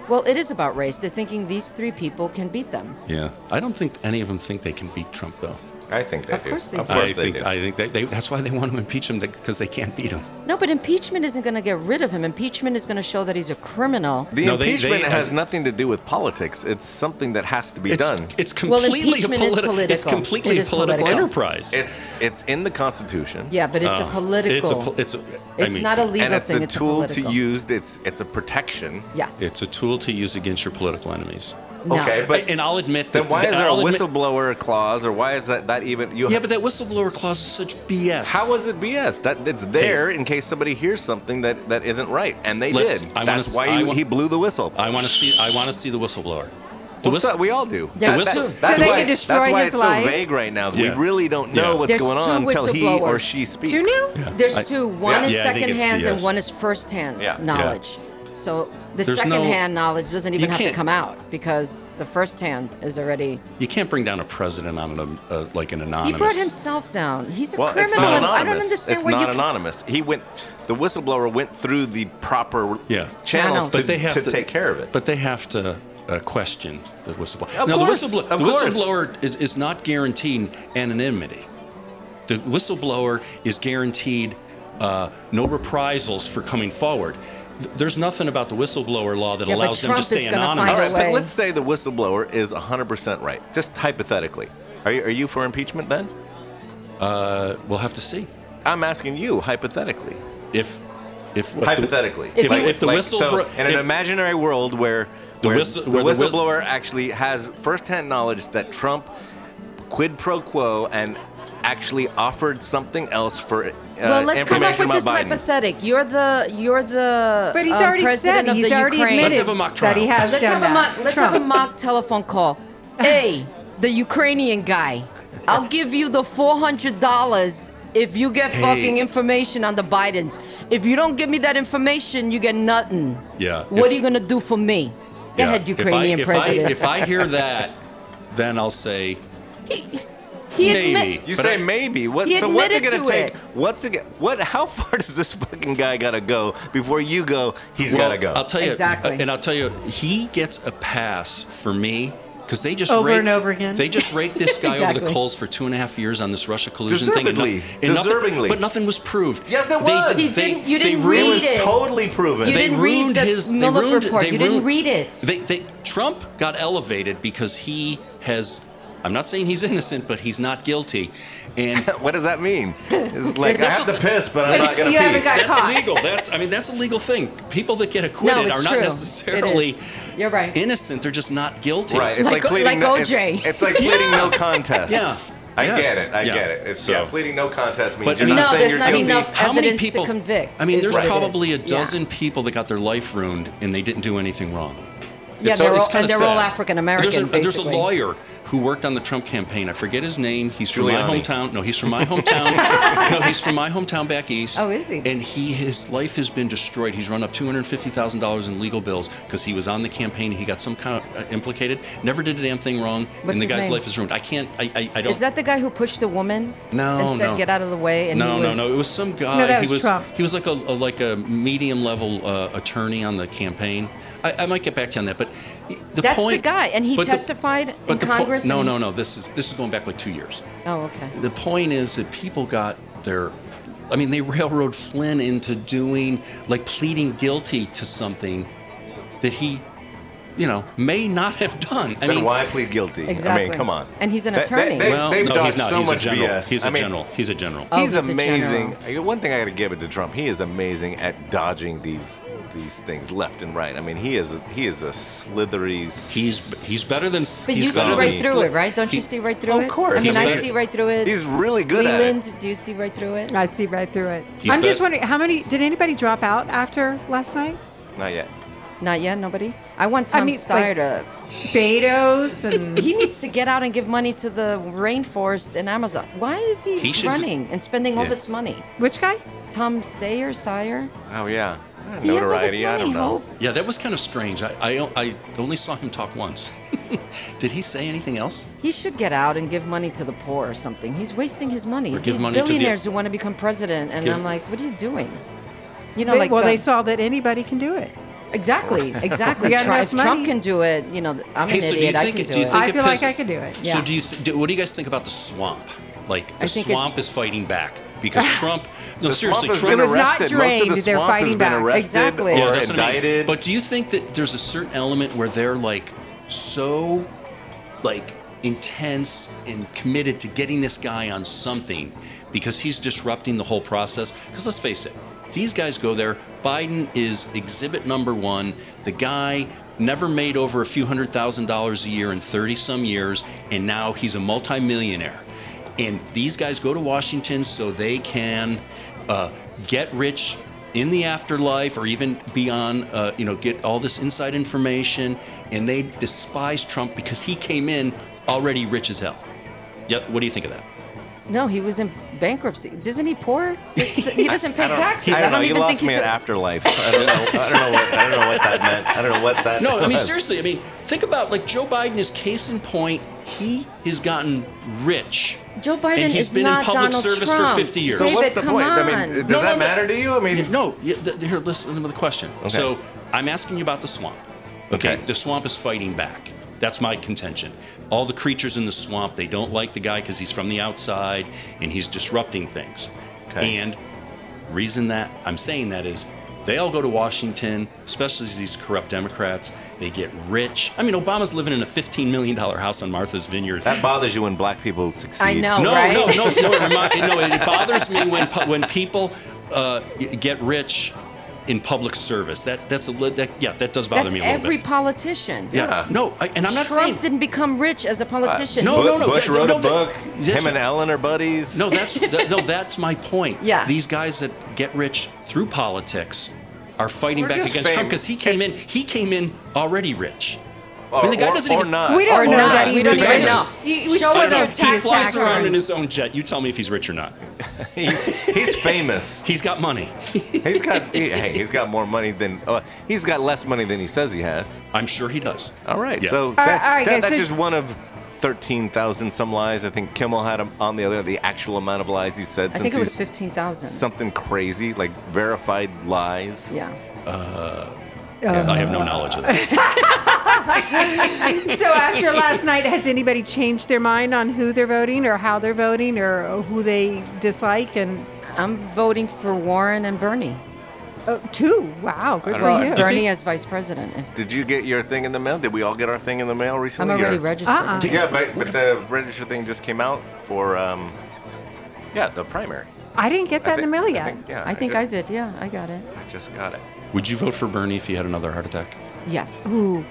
Speaker 4: Well, it is about race. They're thinking these three people can beat them.
Speaker 2: Yeah, I don't think any of them think they can beat Trump, though.
Speaker 3: I think they
Speaker 4: Of
Speaker 3: do.
Speaker 4: course they
Speaker 3: of
Speaker 4: do.
Speaker 3: course
Speaker 2: I
Speaker 3: they
Speaker 2: think
Speaker 3: do.
Speaker 2: I think they, they, that's why they want to impeach him because they can't beat him.
Speaker 4: No, but impeachment isn't going to get rid of him. Impeachment is going to show that he's a criminal.
Speaker 3: the
Speaker 2: No, they-
Speaker 3: impeachment
Speaker 2: they-
Speaker 3: has
Speaker 2: uh,
Speaker 3: nothing to do with politics. It's something that has to be
Speaker 2: It's,
Speaker 3: done.
Speaker 2: it's
Speaker 4: Well,
Speaker 2: completely a
Speaker 4: impeachment is
Speaker 2: politi- It's
Speaker 4: political.
Speaker 2: completely
Speaker 4: It
Speaker 2: a
Speaker 4: is
Speaker 2: political,
Speaker 4: political.
Speaker 2: enterprise.
Speaker 3: It's it's in the Constitution.
Speaker 4: Yeah, but it's a political.
Speaker 2: Oh, It's a. pol- It's, a, I
Speaker 4: it's
Speaker 2: mean,
Speaker 4: not a legal
Speaker 3: And it's
Speaker 4: thing.
Speaker 3: a
Speaker 4: it's
Speaker 3: tool
Speaker 4: a
Speaker 3: to
Speaker 4: political.
Speaker 3: use. It's it's a protection.
Speaker 4: Yes.
Speaker 2: It's a tool to use against your political enemies.
Speaker 4: no.
Speaker 3: Okay, but
Speaker 2: and I'll admit that.
Speaker 3: then why is there a
Speaker 2: I'll admit-
Speaker 3: whistleblower clause, or why is that that even? You
Speaker 2: yeah, but that whistleblower clause is such BS.
Speaker 3: How was it BS? That it's there in case somebody hears something that, that isn't right, and they
Speaker 2: Let's-
Speaker 3: did.
Speaker 2: I wanna
Speaker 3: That's
Speaker 2: s-
Speaker 3: why
Speaker 2: I
Speaker 3: you,
Speaker 2: wa-
Speaker 3: he blew the whistle.
Speaker 2: I want to see. I want to see the whistleblower. The
Speaker 3: Well,
Speaker 2: whistle-
Speaker 3: so- we all do. That's-
Speaker 4: Yeah.
Speaker 2: The whistle-
Speaker 3: that- that's
Speaker 1: So they
Speaker 3: why,
Speaker 1: could destroy
Speaker 3: that's why
Speaker 1: his
Speaker 3: it's
Speaker 1: life?
Speaker 3: so vague right now. We
Speaker 2: Yeah.
Speaker 3: really don't know
Speaker 2: Yeah.
Speaker 3: what's
Speaker 4: There's
Speaker 3: going
Speaker 4: two
Speaker 3: on until he or
Speaker 4: whistleblowers.
Speaker 3: she speaks.
Speaker 1: Do you know?
Speaker 4: There's
Speaker 2: I-
Speaker 4: two. One
Speaker 3: Yeah.
Speaker 4: is
Speaker 2: Yeah, I think it's
Speaker 4: secondhand and
Speaker 2: BS.
Speaker 4: one is firsthand
Speaker 3: Yeah. Yeah.
Speaker 4: knowledge. So the
Speaker 2: There's
Speaker 4: secondhand knowledge doesn't even have to
Speaker 2: can't-
Speaker 4: come out because the firsthand is already.
Speaker 2: you can't bring down a president on an, uh, like an
Speaker 4: He
Speaker 2: anonymous.
Speaker 4: brought himself down. He's a
Speaker 3: Well,
Speaker 4: criminal.
Speaker 3: it's not
Speaker 4: and
Speaker 3: anonymous.
Speaker 4: I don't understand
Speaker 3: it's
Speaker 4: why
Speaker 3: not
Speaker 4: you. can't-
Speaker 3: anonymous. He went. The whistleblower went through the proper
Speaker 2: Yeah.
Speaker 3: channels
Speaker 4: Channels.
Speaker 3: to,
Speaker 2: but they have
Speaker 3: to take care of it.
Speaker 2: But they have to uh, question the whistleblower.
Speaker 3: Of
Speaker 2: now,
Speaker 3: course,
Speaker 2: the, whistlebl-
Speaker 3: of
Speaker 2: the
Speaker 3: course.
Speaker 2: whistleblower is, is not guaranteed anonymity. The whistleblower is guaranteed uh, no reprisals for coming forward. Th- There's nothing about the whistleblower law that
Speaker 4: Yeah, but
Speaker 2: allows them to
Speaker 4: Trump is
Speaker 2: stay
Speaker 4: gonna find
Speaker 2: anonymous.
Speaker 3: All right,
Speaker 4: By
Speaker 3: but
Speaker 4: the way-
Speaker 3: let's say the whistleblower is 100% right, just hypothetically. Are you, are you for impeachment then?
Speaker 2: We'll have to see.
Speaker 3: I'm asking you hypothetically.
Speaker 2: If, if what the-
Speaker 3: Hypothetically.
Speaker 4: If
Speaker 3: Like-
Speaker 4: you-
Speaker 2: if the
Speaker 3: like,
Speaker 2: whistle
Speaker 3: so
Speaker 2: bro-
Speaker 3: in an
Speaker 2: if-
Speaker 3: imaginary world where
Speaker 2: The
Speaker 3: where the,
Speaker 2: whistle- where the whis-
Speaker 3: whistleblower actually has firsthand knowledge that Trump quid pro quo and actually offered something else for uh,
Speaker 4: well, let's come up
Speaker 3: information
Speaker 4: with
Speaker 3: about
Speaker 4: this
Speaker 3: Biden.
Speaker 4: hypothetic. You're the you're the
Speaker 1: But he's
Speaker 4: um,
Speaker 1: already
Speaker 4: president
Speaker 1: said
Speaker 4: of
Speaker 1: he's
Speaker 4: the
Speaker 1: already
Speaker 4: Ukraine.
Speaker 1: admitted
Speaker 2: Let's have a mock
Speaker 1: that he
Speaker 2: trial.
Speaker 1: has
Speaker 4: Let's
Speaker 1: done
Speaker 4: have
Speaker 1: that.
Speaker 4: a mock, let's
Speaker 1: Trump.
Speaker 4: have a mock telephone call. hey, the Ukrainian guy. I'll give you the four hundred dollars if you get fucking information on the Bidens. If you don't give me that information, you get nothing.
Speaker 2: Yeah,
Speaker 4: What
Speaker 2: if-
Speaker 4: are you gonna do for me? Go
Speaker 2: Yeah.
Speaker 4: ahead,
Speaker 2: If I-
Speaker 4: Ukrainian
Speaker 2: if I-
Speaker 4: president.
Speaker 2: If I, hear that, then I'll say
Speaker 4: he admit-
Speaker 2: maybe.
Speaker 3: You
Speaker 2: But
Speaker 3: say
Speaker 2: I-
Speaker 3: maybe. What?
Speaker 4: He
Speaker 3: So what's it
Speaker 4: admitted
Speaker 3: gonna
Speaker 4: to
Speaker 3: take?
Speaker 4: it.
Speaker 3: What's it? go- What? How far does this fucking guy gotta go before you go? He's
Speaker 2: Well,
Speaker 3: gotta go.
Speaker 2: I'll tell you
Speaker 4: Exactly.
Speaker 2: and I'll tell you, he gets a pass for me because they just
Speaker 1: Over
Speaker 2: rake-
Speaker 1: and over again.
Speaker 2: They just raked this guy over the
Speaker 4: Exactly.
Speaker 2: coals for two and a half years on this Russia collusion thing. and no-
Speaker 3: Deservedly.
Speaker 2: and nothing-
Speaker 3: Deservingly.
Speaker 2: but nothing was proved.
Speaker 3: Yes, it
Speaker 2: They-
Speaker 3: was.
Speaker 2: They,
Speaker 3: He
Speaker 4: didn't- you
Speaker 2: they
Speaker 4: didn't
Speaker 2: ruined-
Speaker 3: it was
Speaker 4: read it.
Speaker 3: totally proven.
Speaker 4: You
Speaker 2: they
Speaker 4: didn't read
Speaker 2: ruined
Speaker 4: the
Speaker 2: his, they
Speaker 4: Mueller
Speaker 2: ruined-
Speaker 4: report.
Speaker 2: they
Speaker 4: You didn't
Speaker 2: ruined-
Speaker 4: read it.
Speaker 2: They, they, Trump got elevated because he has. I'm not saying he's innocent, but he's not guilty, and
Speaker 3: what does that mean? It's like I
Speaker 2: That's
Speaker 3: have
Speaker 2: what-
Speaker 3: to piss, but I'm
Speaker 1: It's-
Speaker 3: not gonna
Speaker 1: you
Speaker 3: pee.
Speaker 1: haven't got
Speaker 2: that's
Speaker 1: caught.
Speaker 2: illegal. That's I mean that's a legal thing. People that get acquitted
Speaker 4: it's
Speaker 2: are
Speaker 4: true.
Speaker 2: not
Speaker 4: It
Speaker 2: necessarily
Speaker 4: is. You're right.
Speaker 2: innocent. They're just not guilty.
Speaker 3: Right. It's
Speaker 4: Like
Speaker 3: like,
Speaker 4: O-
Speaker 3: pleading.
Speaker 4: like
Speaker 3: no,
Speaker 4: OJ.
Speaker 3: It's, it's like pleading no contest.
Speaker 2: Yeah.
Speaker 3: I
Speaker 2: Yes.
Speaker 3: get it. I
Speaker 2: Yeah.
Speaker 3: get it. It's
Speaker 2: So-
Speaker 3: yeah. Pleading no contest means
Speaker 2: But I
Speaker 3: you're
Speaker 2: mean-
Speaker 3: not
Speaker 2: No,
Speaker 3: saying
Speaker 4: there's
Speaker 3: you're
Speaker 4: not
Speaker 3: guilty.
Speaker 4: enough- evidence to convict
Speaker 2: I mean,
Speaker 4: is
Speaker 2: there's
Speaker 4: what it
Speaker 2: probably
Speaker 4: is.
Speaker 2: a
Speaker 4: Yeah.
Speaker 2: dozen people that got their life ruined and they didn't do anything wrong.
Speaker 4: Yeah,
Speaker 2: It's-
Speaker 4: they're
Speaker 2: it's
Speaker 4: all-
Speaker 2: kinda
Speaker 4: and they're all
Speaker 2: sad.
Speaker 4: African-American,
Speaker 2: There's a- There's a
Speaker 4: basically.
Speaker 2: lawyer who worked on the Trump campaign. I forget his name. He's from my
Speaker 3: Giuliani.
Speaker 2: hometown. No, he's from my hometown. no, he's from my hometown back east.
Speaker 4: Oh, is he?
Speaker 2: And he his life has been destroyed. He's run up two hundred fifty thousand dollars in legal bills because he was on the campaign. He got some kind of uh, implicated. Never did a damn thing wrong. and
Speaker 4: What's
Speaker 2: the
Speaker 4: his
Speaker 2: guy's
Speaker 4: name?
Speaker 2: life is ruined. I can't. I. I, I don't.
Speaker 4: Is that the guy who pushed the woman
Speaker 2: No,
Speaker 4: and said
Speaker 2: no.
Speaker 4: get out of the way? And
Speaker 2: no,
Speaker 4: he was,
Speaker 2: no, no. It was some guy.
Speaker 1: No, that was
Speaker 2: he was
Speaker 1: Trump.
Speaker 2: he was like a, a- like a medium level uh, attorney on the campaign. I, I might get back to you on that, but the
Speaker 4: That's the
Speaker 2: point.
Speaker 4: guy, and he
Speaker 2: but the-
Speaker 4: testified in
Speaker 2: but the po-
Speaker 4: Congress
Speaker 2: no,
Speaker 4: and he-
Speaker 2: no, no. This is this is going back like two years.
Speaker 4: Oh, okay.
Speaker 2: The point is that people got their. I mean, they railroad Flynn into doing like pleading guilty to something that he, you know, may not have done. I
Speaker 3: Then
Speaker 2: mean,
Speaker 3: why plead guilty? I
Speaker 4: Exactly.
Speaker 3: mean, come on.
Speaker 4: And he's an
Speaker 3: They-
Speaker 4: attorney.
Speaker 3: They,
Speaker 2: Well,
Speaker 3: have
Speaker 2: no, he's
Speaker 3: dodged
Speaker 2: not.
Speaker 3: so
Speaker 2: he's a
Speaker 3: much
Speaker 2: general.
Speaker 3: BS.
Speaker 2: He's a
Speaker 3: I mean,
Speaker 2: general. He's a general.
Speaker 4: Oh,
Speaker 3: he's,
Speaker 4: he's a
Speaker 3: amazing.
Speaker 4: general.
Speaker 3: I got- One thing I got to give it to Trump, he is amazing at dodging these these things left and right. I mean, he is he is a slithery.
Speaker 2: He's he's better than.
Speaker 4: But
Speaker 2: he's
Speaker 4: you see
Speaker 2: better
Speaker 4: right
Speaker 2: than-
Speaker 4: through it, right? Don't
Speaker 2: he-
Speaker 4: you see right through
Speaker 3: Of
Speaker 4: it?
Speaker 3: course.
Speaker 4: I mean,
Speaker 2: He's
Speaker 4: I
Speaker 2: better.
Speaker 4: see right through it.
Speaker 3: He's really good at it.
Speaker 4: Leland, do you see right through it?
Speaker 1: I see right through it.
Speaker 2: He's
Speaker 1: I'm just
Speaker 2: bet-
Speaker 1: wondering how many did anybody drop out after last night?
Speaker 3: Not yet.
Speaker 4: Not yet, nobody. I want Tom
Speaker 1: mean, like-
Speaker 4: Steyer to.
Speaker 1: Beto's and
Speaker 4: He needs to get out and give money to the rainforest in Amazon. Why is he,
Speaker 2: He should-
Speaker 4: running and spending all
Speaker 3: Yeah.
Speaker 4: this money?
Speaker 1: which guy?
Speaker 4: Tom Sayer, Sire?
Speaker 3: Oh yeah.
Speaker 4: He has all this
Speaker 3: Notoriety.
Speaker 4: money.
Speaker 3: I don't know.
Speaker 4: Hope.
Speaker 2: Yeah, that was kind of strange. I, I, I only saw him talk once. Did he say anything else?
Speaker 4: He should get out and give money to the poor or something. He's wasting his money.
Speaker 2: Or give
Speaker 4: These
Speaker 2: money to the-
Speaker 4: billionaires who want to become president, and
Speaker 2: Give-
Speaker 4: I'm like, what are you doing? You know,
Speaker 1: They-
Speaker 4: like
Speaker 1: well,
Speaker 4: the-
Speaker 1: they saw that anybody can do it.
Speaker 4: exactly, exactly.
Speaker 1: We got
Speaker 4: Try,
Speaker 1: enough
Speaker 4: if Trump
Speaker 1: money.
Speaker 4: can do it, you know, th- I'm
Speaker 2: Hey,
Speaker 4: an
Speaker 2: so do you
Speaker 4: idiot. I
Speaker 2: think
Speaker 4: can
Speaker 2: it-
Speaker 4: do,
Speaker 2: do you
Speaker 4: it.
Speaker 2: think
Speaker 1: I
Speaker 2: it
Speaker 1: feel like
Speaker 2: pisses-
Speaker 1: I could do it.
Speaker 4: Yeah.
Speaker 2: So do you? Th- do, what do you guys think about the swamp? Like the
Speaker 4: think
Speaker 2: swamp
Speaker 4: it's-
Speaker 2: is fighting back because Trump. No,
Speaker 3: The
Speaker 2: seriously,
Speaker 3: swamp has
Speaker 2: Trump.
Speaker 3: been
Speaker 1: It was not
Speaker 3: arrested. Most of the
Speaker 1: drained. They're
Speaker 3: swamp has
Speaker 1: fighting
Speaker 3: been
Speaker 1: back.
Speaker 3: arrested
Speaker 4: Exactly.
Speaker 3: or
Speaker 4: Yeah,
Speaker 2: that's what I mean.
Speaker 3: indicted.
Speaker 2: But do you think that there's a certain element where they're like so, like intense and committed to getting this guy on something because he's disrupting the whole process? Because let's face it, these guys go there. Biden is exhibit number one. The guy never made over a few hundred thousand dollars a year in 30 some years, and now he's a multimillionaire. And these guys go to Washington so they can uh, get rich in the afterlife or even beyond, uh, you know, get all this inside information. And they despise Trump because he came in already rich as hell. Yep. What do you think of that?
Speaker 4: No, he was in bankruptcy. Doesn't he poor? He doesn't pay taxes.
Speaker 3: I don't, know. you
Speaker 4: even
Speaker 3: lost
Speaker 4: think
Speaker 3: me
Speaker 4: he's.
Speaker 3: at
Speaker 4: A,
Speaker 3: afterlife. I don't know. I don't know what. I don't know what that meant. I don't know what that.
Speaker 2: No, I mean
Speaker 3: was.
Speaker 2: seriously. I mean, think about like Joe Biden is case in point. He has gotten rich.
Speaker 4: Joe Biden
Speaker 2: and he's
Speaker 4: is
Speaker 2: been
Speaker 4: not
Speaker 2: in public
Speaker 4: Donald
Speaker 2: service
Speaker 4: Trump.
Speaker 2: for 50 years.
Speaker 3: So
Speaker 4: David,
Speaker 3: what's the
Speaker 4: come
Speaker 3: point? I
Speaker 4: on.
Speaker 3: mean, does
Speaker 2: No,
Speaker 3: that
Speaker 2: no,
Speaker 3: matter to you? I mean,
Speaker 2: No, y- th- here, listen to the question. So I'm asking you about the swamp. Okay.
Speaker 3: Okay.
Speaker 2: The swamp is fighting back. That's my contention. All the creatures in the swamp, they don't like the guy because he's from the outside and he's disrupting things.
Speaker 3: Okay.
Speaker 2: And reason that I'm saying that is They all go to Washington, especially these corrupt Democrats. They get rich. I mean, Obama's living in a $15 million house on Martha's Vineyard.
Speaker 3: That bothers you when black people succeed.
Speaker 4: I know.
Speaker 2: No,
Speaker 4: Oh, right?
Speaker 2: no, no, no, it remi- no. It bothers me when pu- when people uh, y- get rich in public service. That that's a li- that yeah, that does bother
Speaker 4: That's
Speaker 2: me a little
Speaker 4: every
Speaker 2: bit.
Speaker 4: politician.
Speaker 3: Yeah.
Speaker 2: No, I, and I'm not
Speaker 4: Trump
Speaker 2: saying
Speaker 4: didn't become rich as a politician.
Speaker 2: no,
Speaker 3: Bu-
Speaker 2: no, no,
Speaker 3: Bush
Speaker 2: that-
Speaker 3: wrote
Speaker 2: no,
Speaker 3: a
Speaker 2: that-
Speaker 3: book.
Speaker 2: that's-
Speaker 3: Him and Ellen are buddies.
Speaker 2: no. That's that, no, that's my point.
Speaker 4: Yeah.
Speaker 2: These guys that get rich through politics are fighting
Speaker 3: We're
Speaker 2: back
Speaker 3: just
Speaker 2: against Trump because
Speaker 3: famous.
Speaker 2: he came in he came in already rich.
Speaker 3: or,
Speaker 2: mean, the guy
Speaker 3: or-
Speaker 2: doesn't
Speaker 3: or
Speaker 2: even-
Speaker 3: not.
Speaker 1: We don't
Speaker 4: Or
Speaker 1: know
Speaker 4: not.
Speaker 1: that
Speaker 4: We
Speaker 1: either.
Speaker 4: don't even
Speaker 1: You-
Speaker 4: know.
Speaker 1: You, you
Speaker 4: Show
Speaker 1: show us
Speaker 4: us your
Speaker 1: our
Speaker 2: He
Speaker 4: tax
Speaker 1: tax
Speaker 2: flies around in his
Speaker 1: records.
Speaker 2: own jet. You tell me if he's rich or not.
Speaker 3: He's, he's famous.
Speaker 2: He's got money.
Speaker 3: He's got he- hey, he's got more money than uh, he's got less money than he says he has.
Speaker 2: I'm sure he does.
Speaker 3: All right,
Speaker 2: Yeah.
Speaker 3: so
Speaker 2: All
Speaker 3: that,
Speaker 1: right, all right,
Speaker 3: that-
Speaker 1: guys,
Speaker 3: that's
Speaker 1: so-
Speaker 3: just one of thirteen thousand some lies. I think Kimmel had him on the other the actual amount of lies he said.
Speaker 4: I
Speaker 3: since
Speaker 4: think it was
Speaker 3: he's-
Speaker 4: 15,000.
Speaker 3: Something crazy like verified lies.
Speaker 4: yeah. Oh.
Speaker 2: I have no knowledge of that.
Speaker 1: So after last night, has anybody changed their mind on who they're voting or how they're voting or who they dislike? And
Speaker 4: I'm voting for Warren and Bernie.
Speaker 1: oh, two. Wow, good
Speaker 3: I
Speaker 1: for
Speaker 3: don't know.
Speaker 1: you.
Speaker 3: Do you
Speaker 4: Bernie
Speaker 3: think-
Speaker 4: as vice president. If,
Speaker 3: Did you get your thing in the mail? Did we all get our thing in the mail
Speaker 4: I'm
Speaker 3: recently?
Speaker 4: already
Speaker 3: Or-
Speaker 4: registered.
Speaker 1: Uh-uh.
Speaker 3: Yeah, but, but the register thing just came out for um, yeah, the primary.
Speaker 1: I didn't get that in the mail
Speaker 3: I
Speaker 1: yet.
Speaker 3: think, yeah,
Speaker 4: I think I
Speaker 3: just-
Speaker 4: did. Yeah, I got it.
Speaker 3: I just got it.
Speaker 2: Would you vote for Bernie if he had another heart attack?
Speaker 4: Yes.
Speaker 1: Ooh,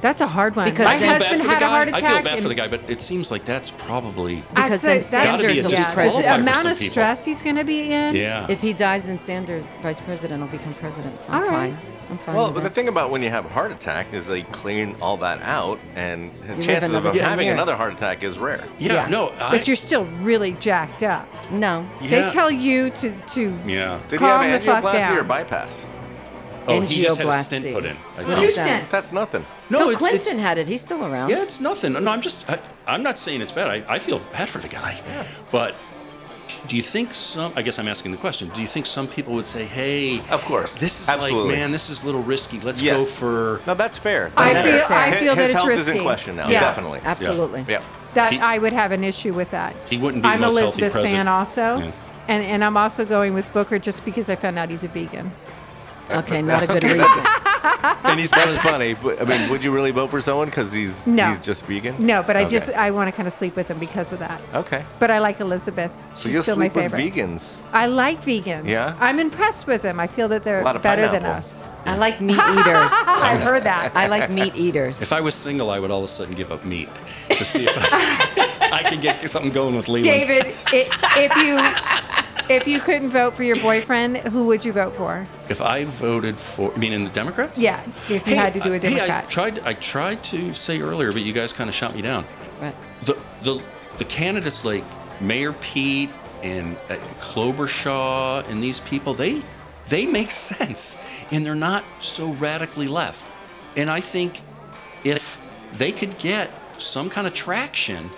Speaker 1: that's a hard one.
Speaker 4: Because
Speaker 1: My
Speaker 2: I feel
Speaker 4: then-
Speaker 2: bad
Speaker 1: husband
Speaker 2: for the
Speaker 1: had a
Speaker 2: guy.
Speaker 1: heart attack.
Speaker 2: I feel bad
Speaker 1: and
Speaker 2: for the guy, but it seems like that's probably.
Speaker 1: I'd
Speaker 4: Because
Speaker 1: say
Speaker 4: then
Speaker 1: that's-
Speaker 4: Sanders Gotta be a will be
Speaker 1: yeah,
Speaker 4: disqualifier
Speaker 1: the
Speaker 4: for
Speaker 1: amount
Speaker 2: some
Speaker 1: of
Speaker 2: people.
Speaker 1: stress he's going to be in.
Speaker 2: yeah.
Speaker 4: If he dies, then Sanders, vice president, will become president. So I'm
Speaker 1: All right.
Speaker 4: fine. I'm fine.
Speaker 3: Well,
Speaker 4: with
Speaker 3: but the
Speaker 4: that.
Speaker 3: thing about when you have a heart attack is they clean all that out, and the
Speaker 4: live
Speaker 3: chances of
Speaker 4: another 10
Speaker 3: having
Speaker 4: years.
Speaker 3: another heart attack is rare.
Speaker 2: yeah,
Speaker 4: yeah.
Speaker 2: No. I,
Speaker 1: But you're still really jacked up.
Speaker 4: No.
Speaker 2: Yeah.
Speaker 1: They tell you to to
Speaker 2: Yeah.
Speaker 3: Did
Speaker 1: Calm
Speaker 3: he have
Speaker 1: the fuck
Speaker 3: angioplasty or
Speaker 1: down.
Speaker 3: bypass?
Speaker 2: Oh, he just had a stint
Speaker 4: Angioplasty.
Speaker 2: put in. I
Speaker 4: Little
Speaker 2: think.
Speaker 1: Two
Speaker 4: cents.
Speaker 1: cents.
Speaker 3: That's nothing.
Speaker 4: No,
Speaker 2: it's-
Speaker 4: Clinton
Speaker 2: it's-
Speaker 4: had it. He's still around.
Speaker 2: Yeah, it's nothing. No, I'm just. I, I'm not saying it's bad. I, I feel bad for the guy. But do you think some? I guess I'm asking the question. Do you think some people would say, "Hey,
Speaker 3: Of course.
Speaker 2: this is
Speaker 3: Absolutely.
Speaker 2: like, man, this is a little risky. Let's go
Speaker 3: Yes.
Speaker 2: for."
Speaker 3: No, that's fair.
Speaker 1: I
Speaker 3: That's
Speaker 4: feel-
Speaker 3: fair.
Speaker 4: I
Speaker 3: His-
Speaker 1: feel that
Speaker 3: his
Speaker 1: it's
Speaker 3: health is
Speaker 1: risky.
Speaker 3: in question now.
Speaker 1: Yeah.
Speaker 3: Definitely.
Speaker 4: Absolutely.
Speaker 3: Yeah.
Speaker 1: That
Speaker 2: He-
Speaker 1: I would have an issue with that.
Speaker 2: He wouldn't be the
Speaker 1: I'm
Speaker 2: most healthy
Speaker 1: Elizabeth
Speaker 2: president.
Speaker 1: fan also,
Speaker 2: Yeah.
Speaker 1: and and I'm also going with Booker just because I found out he's a vegan.
Speaker 4: Okay, not a good reason.
Speaker 3: And he's kind of funny. But, I mean, would you really vote for someone because he's
Speaker 1: No.
Speaker 3: he's just vegan?
Speaker 1: No, but I
Speaker 3: Okay.
Speaker 1: just I want to kind of sleep with him because of that.
Speaker 3: okay.
Speaker 1: But I like Elizabeth. She's
Speaker 3: So you'll
Speaker 1: still
Speaker 3: sleep
Speaker 1: my
Speaker 3: with
Speaker 1: favorite.
Speaker 3: vegans.
Speaker 1: I like vegans.
Speaker 3: Yeah?
Speaker 1: I'm impressed with them. I feel that they're
Speaker 3: A lot of
Speaker 1: better than
Speaker 3: pineapple.
Speaker 1: us.
Speaker 4: I like meat eaters.
Speaker 1: I've heard that.
Speaker 4: I like meat eaters.
Speaker 2: If I was single, I would all of a sudden give up meat to see if I, I could get something going with Leland.
Speaker 1: David, i if you if you couldn't vote for your boyfriend, who would you vote for?
Speaker 2: If I voted for, I mean, in the Democrats?
Speaker 1: Yeah, if you had to do
Speaker 2: I-
Speaker 1: a
Speaker 2: Hey, I
Speaker 1: Democrat.
Speaker 2: tried. I tried to say earlier, but you guys kind of shot me down.
Speaker 4: Right.
Speaker 2: The the the candidates like Mayor Pete and uh, Klobuchar and these people, they they make sense, and they're not so radically left. And I think if they could get some kind of traction,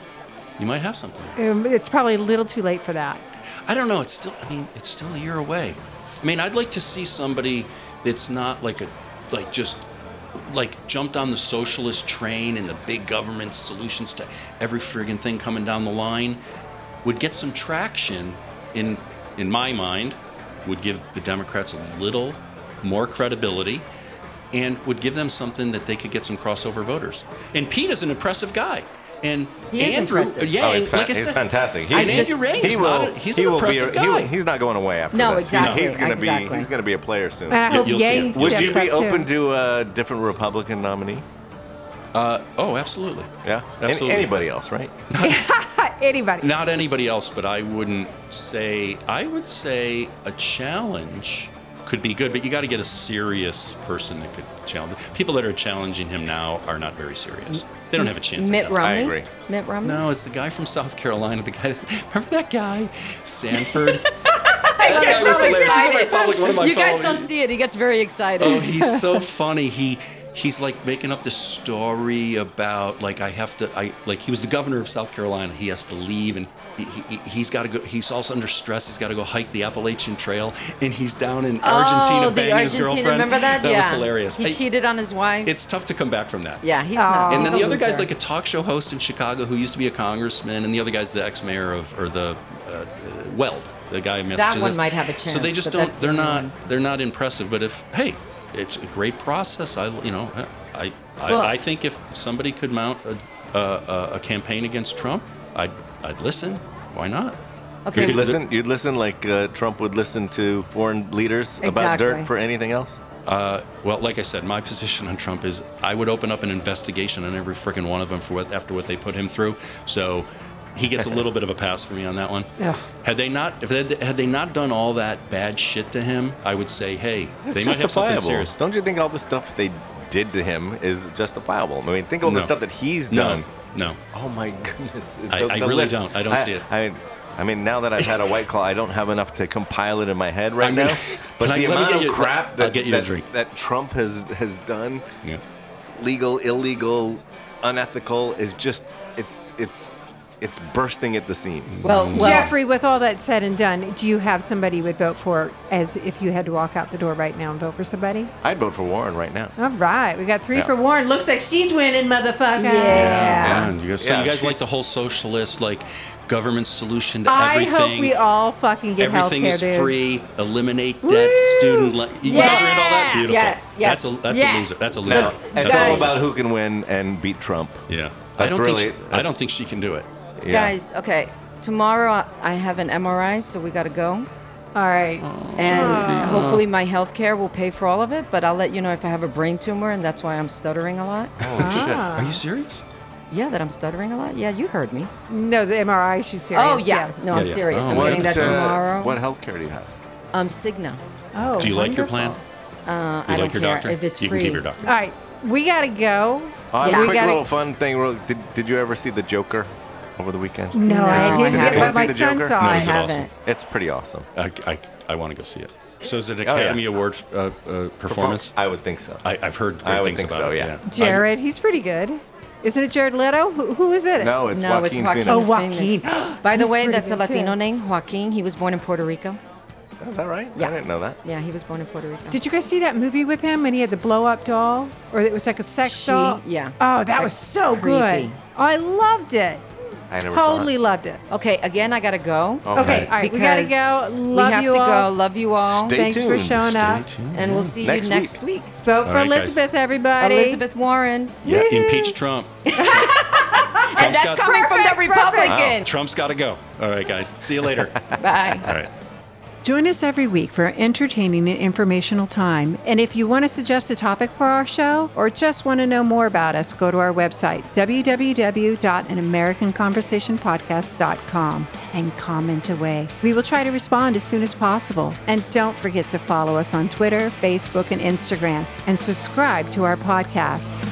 Speaker 2: you might have something.
Speaker 1: Um, it's probably a little too late for that.
Speaker 2: I don't know. It's still. I mean, it's still a year away. I mean, I'd like to see somebody that's not like a, like just, like jumped on the socialist train and the big government solutions to every friggin' thing coming down the line, would get some traction. In in my mind, would give the Democrats a little more credibility. And would give them something that they could get some crossover voters. And Pete is an impressive guy. And
Speaker 4: He is
Speaker 2: Andrew,
Speaker 4: impressive.
Speaker 2: Yeah,
Speaker 3: oh, he's,
Speaker 2: and
Speaker 3: fa-
Speaker 2: like I
Speaker 3: he's
Speaker 2: said-
Speaker 3: fantastic. He,
Speaker 2: and
Speaker 4: just-
Speaker 2: Andrew Yang
Speaker 3: he
Speaker 2: is
Speaker 3: will.
Speaker 2: not a- he's
Speaker 3: he
Speaker 2: an
Speaker 3: will be.
Speaker 2: impressive
Speaker 3: A,
Speaker 2: guy.
Speaker 3: he will- he's not going away after
Speaker 4: No,
Speaker 3: this. He-
Speaker 4: exactly,
Speaker 3: He's gonna be.
Speaker 4: exactly.
Speaker 3: He's going to be a player soon.
Speaker 1: And I hope
Speaker 2: you'll see
Speaker 1: Yang
Speaker 2: it.
Speaker 1: steps
Speaker 2: Would
Speaker 3: Would you be
Speaker 1: up, too.
Speaker 3: open to a different Republican nominee?
Speaker 2: Uh, oh, absolutely.
Speaker 3: Yeah, An-
Speaker 2: absolutely.
Speaker 3: anybody else, right?
Speaker 1: anybody?
Speaker 2: Not anybody else, but I wouldn't say. I would say a challenge could be good, but you got to get a serious person that could challenge. People that are challenging him now are not very serious. They don't have a chance. at
Speaker 4: Mitt
Speaker 2: that.
Speaker 4: Romney.
Speaker 3: agree.
Speaker 4: Mitt Romney.
Speaker 2: No, it's the guy from South Carolina. The guy. Remember that guy, Sanford.
Speaker 1: I
Speaker 2: That was hilarious. He's a Republican, one of my
Speaker 4: you guys
Speaker 2: followers.
Speaker 4: don't see it. He gets very excited.
Speaker 2: Oh, he's so funny. He he's like making up this story about like I have to I like he was the governor of South Carolina. He has to leave and he, he he's got to go. He's also under stress. He's got to go hike the Appalachian Trail and he's down in Argentina
Speaker 4: oh, the
Speaker 2: banging his
Speaker 4: Argentina.
Speaker 2: girlfriend.
Speaker 4: Remember that? yeah.
Speaker 2: was hilarious.
Speaker 4: He
Speaker 2: I-
Speaker 4: cheated on his wife.
Speaker 2: it's tough to come back from that.
Speaker 4: yeah, he's
Speaker 1: Aw.
Speaker 4: not.
Speaker 2: And
Speaker 4: he's
Speaker 2: then
Speaker 4: a
Speaker 2: the other guy's
Speaker 4: loser.
Speaker 2: like a talk show host in Chicago who used to be a congressman, and the other guy's the ex-mayor of or the uh, uh, Weld. the guy messages
Speaker 4: one
Speaker 2: us.
Speaker 4: might have a
Speaker 2: So they
Speaker 4: chance,
Speaker 2: just
Speaker 4: but
Speaker 2: don't.
Speaker 4: that's the
Speaker 2: They're not.
Speaker 4: only one.
Speaker 2: They're not impressive. But if hey, it's a great process. I you know I I,
Speaker 4: Well-
Speaker 2: I think if somebody could mount a, a, a campaign against Trump, I'd I'd listen. Why not?
Speaker 4: Okay.
Speaker 3: You'd listen. You'd listen like uh, Trump would listen to foreign leaders about
Speaker 4: Exactly.
Speaker 3: dirt for anything else.
Speaker 2: Uh, well, like I said, my position on Trump is I would open up an investigation on every frickin' one of them for what after what they put him through. So he gets a little bit of a pass from me on that one.
Speaker 1: Ugh.
Speaker 2: Had they not, if they, had they not done all that bad shit to him, I would say, hey,
Speaker 3: It's
Speaker 2: they might have something
Speaker 3: justifiable.
Speaker 2: serious.
Speaker 3: Don't you think all the stuff they did to him is justifiable? I mean, think all the
Speaker 2: No.
Speaker 3: stuff that he's
Speaker 2: no,
Speaker 3: done.
Speaker 2: no.
Speaker 3: Oh my goodness!
Speaker 2: I- I really don't. I don't see it.
Speaker 3: I, I mean, now that I've had a white claw, I don't have enough to compile it in my head right
Speaker 2: I'm
Speaker 3: now.
Speaker 2: gonna-
Speaker 3: But
Speaker 2: Can I-
Speaker 3: the
Speaker 2: let me
Speaker 3: amount
Speaker 2: get
Speaker 3: of
Speaker 2: you-
Speaker 3: crap
Speaker 2: I'll
Speaker 3: that,
Speaker 2: get you a
Speaker 3: that,
Speaker 2: drink.
Speaker 3: that Trump has has done,
Speaker 2: Yeah.
Speaker 3: legal, illegal, unethical, is just it's it's it's bursting at the seams.
Speaker 4: well, well,
Speaker 1: Jeffrey, with all that said and done, do you have somebody you would vote for as if you had to walk out the door right now and vote for somebody?
Speaker 3: I'd vote for Warren right now.
Speaker 1: All right, we got three
Speaker 3: Yeah.
Speaker 1: for Warren. Looks like she's winning, motherfucker.
Speaker 4: Yeah.
Speaker 2: Man, you guys, so
Speaker 3: Yeah,
Speaker 2: you guys like
Speaker 3: she's-
Speaker 2: the whole socialist, like government solution to
Speaker 1: I
Speaker 2: everything.
Speaker 1: hope we all fucking get health
Speaker 2: Everything
Speaker 1: care,
Speaker 2: is
Speaker 1: dude.
Speaker 2: free. Eliminate
Speaker 1: Woo!
Speaker 2: debt. Student. Le- you guys read all that?
Speaker 1: Yeah!
Speaker 2: Beautiful.
Speaker 4: Yes, yes.
Speaker 2: That's a that's
Speaker 1: Yes.
Speaker 2: a loser. That's a
Speaker 4: Look,
Speaker 2: loser.
Speaker 3: It's
Speaker 2: That's a
Speaker 4: guys-
Speaker 3: all
Speaker 2: loser.
Speaker 3: about who can win and beat Trump.
Speaker 2: Yeah. I
Speaker 3: That's
Speaker 2: don't
Speaker 3: really-
Speaker 2: think she, I
Speaker 3: that's-
Speaker 2: don't think she can do it.
Speaker 3: Yeah.
Speaker 4: guys, okay. Tomorrow I have an MRI, so we gotta go.
Speaker 1: All right.
Speaker 2: Oh,
Speaker 4: And hopefully my health care will pay for all of it, but I'll let you know if I have a brain tumor and that's why I'm stuttering a lot.
Speaker 3: Holy shit.
Speaker 2: Are you serious?
Speaker 4: Yeah, that I'm stuttering a lot. Yeah, you heard me.
Speaker 1: No, the MRI. She's serious.
Speaker 4: Oh yeah.
Speaker 1: Yes.
Speaker 4: No, I'm
Speaker 2: Yeah, yeah.
Speaker 4: serious.
Speaker 2: Oh,
Speaker 4: I'm
Speaker 2: what,
Speaker 4: getting that
Speaker 3: uh,
Speaker 4: tomorrow.
Speaker 3: What health care do you have?
Speaker 4: Um Cigna.
Speaker 1: Oh,
Speaker 2: Do you like your
Speaker 1: wonderful.
Speaker 2: plan?
Speaker 4: Uh,
Speaker 2: Do
Speaker 4: I
Speaker 2: you
Speaker 4: don't
Speaker 2: like your
Speaker 4: care
Speaker 2: doctor?
Speaker 4: if it's
Speaker 2: you
Speaker 4: free.
Speaker 2: can keep your doctor.
Speaker 1: All right, we gotta go.
Speaker 3: Oh, I have
Speaker 4: Yeah.
Speaker 3: a
Speaker 4: We
Speaker 3: quick
Speaker 1: gotta-
Speaker 3: little fun thing. real- Did, did you ever see The Joker over the weekend?
Speaker 1: No, I
Speaker 4: I
Speaker 1: didn't.
Speaker 4: haven't.
Speaker 1: but my
Speaker 3: See the
Speaker 1: son
Speaker 3: Joker?
Speaker 1: saw
Speaker 2: No,
Speaker 4: I
Speaker 2: is
Speaker 1: it.
Speaker 2: it
Speaker 4: haven't.
Speaker 2: awesome?
Speaker 3: It's pretty awesome.
Speaker 2: I, I, I want to go see it. So is it an
Speaker 3: Oh, yeah.
Speaker 2: Academy Award uh, uh, performance?
Speaker 3: I would think so.
Speaker 2: I, I've heard great
Speaker 3: I would
Speaker 2: things
Speaker 3: think
Speaker 2: about
Speaker 3: so,
Speaker 2: it.
Speaker 3: yeah.
Speaker 1: Jared, he's pretty good. Isn't it Jared Leto? Who, who is it?
Speaker 3: no, it's
Speaker 4: no,
Speaker 3: Joaquin
Speaker 4: it's Joaquin.
Speaker 3: Phoenix.
Speaker 1: Oh, Joaquin.
Speaker 4: Phoenix. By the
Speaker 1: He's
Speaker 4: way,
Speaker 1: pretty
Speaker 4: that's a
Speaker 1: good, too.
Speaker 4: Latino name, Joaquin. He was born in Puerto Rico.
Speaker 3: Is that right?
Speaker 4: Yeah.
Speaker 3: I didn't know that.
Speaker 4: Yeah, he was born in Puerto Rico.
Speaker 1: Did you guys see that movie with him? And he had the blow up doll, or it was like a sex
Speaker 4: She-
Speaker 1: doll.
Speaker 4: yeah.
Speaker 1: Oh, that
Speaker 4: Like
Speaker 1: was so good.
Speaker 4: creepy.
Speaker 1: I loved it.
Speaker 3: I never saw
Speaker 1: Totally
Speaker 3: it.
Speaker 1: loved it.
Speaker 4: Okay, again, I gotta go.
Speaker 2: Oh.
Speaker 3: Okay.
Speaker 1: Okay, all right, we gotta go.
Speaker 4: we
Speaker 1: Love
Speaker 4: have
Speaker 1: you
Speaker 4: to
Speaker 1: all.
Speaker 4: go. Love you all.
Speaker 3: Stay
Speaker 1: Thanks for
Speaker 3: tuned.
Speaker 1: showing up.
Speaker 2: Stay tuned.
Speaker 4: and we'll see
Speaker 3: Next
Speaker 4: you
Speaker 3: week.
Speaker 4: next week.
Speaker 1: Vote
Speaker 2: All
Speaker 1: for
Speaker 2: right, guys.
Speaker 1: Elizabeth, everybody.
Speaker 4: Elizabeth Warren.
Speaker 2: Yeah, impeach Trump.
Speaker 4: and that's
Speaker 2: got-
Speaker 4: coming from the
Speaker 1: Perfect, perfect.
Speaker 4: Republican.
Speaker 2: Trump's got to go. All right, guys. See you later.
Speaker 4: Bye.
Speaker 2: All right.
Speaker 1: Join us every week for entertaining and informational time. And if you want to suggest a topic for our show or just want to know more about us, go to our website, www.anamericanconversationpodcast.com, and comment away. We will try to respond as soon as possible. And don't forget to follow us on Twitter, Facebook, and Instagram, and subscribe to our podcast.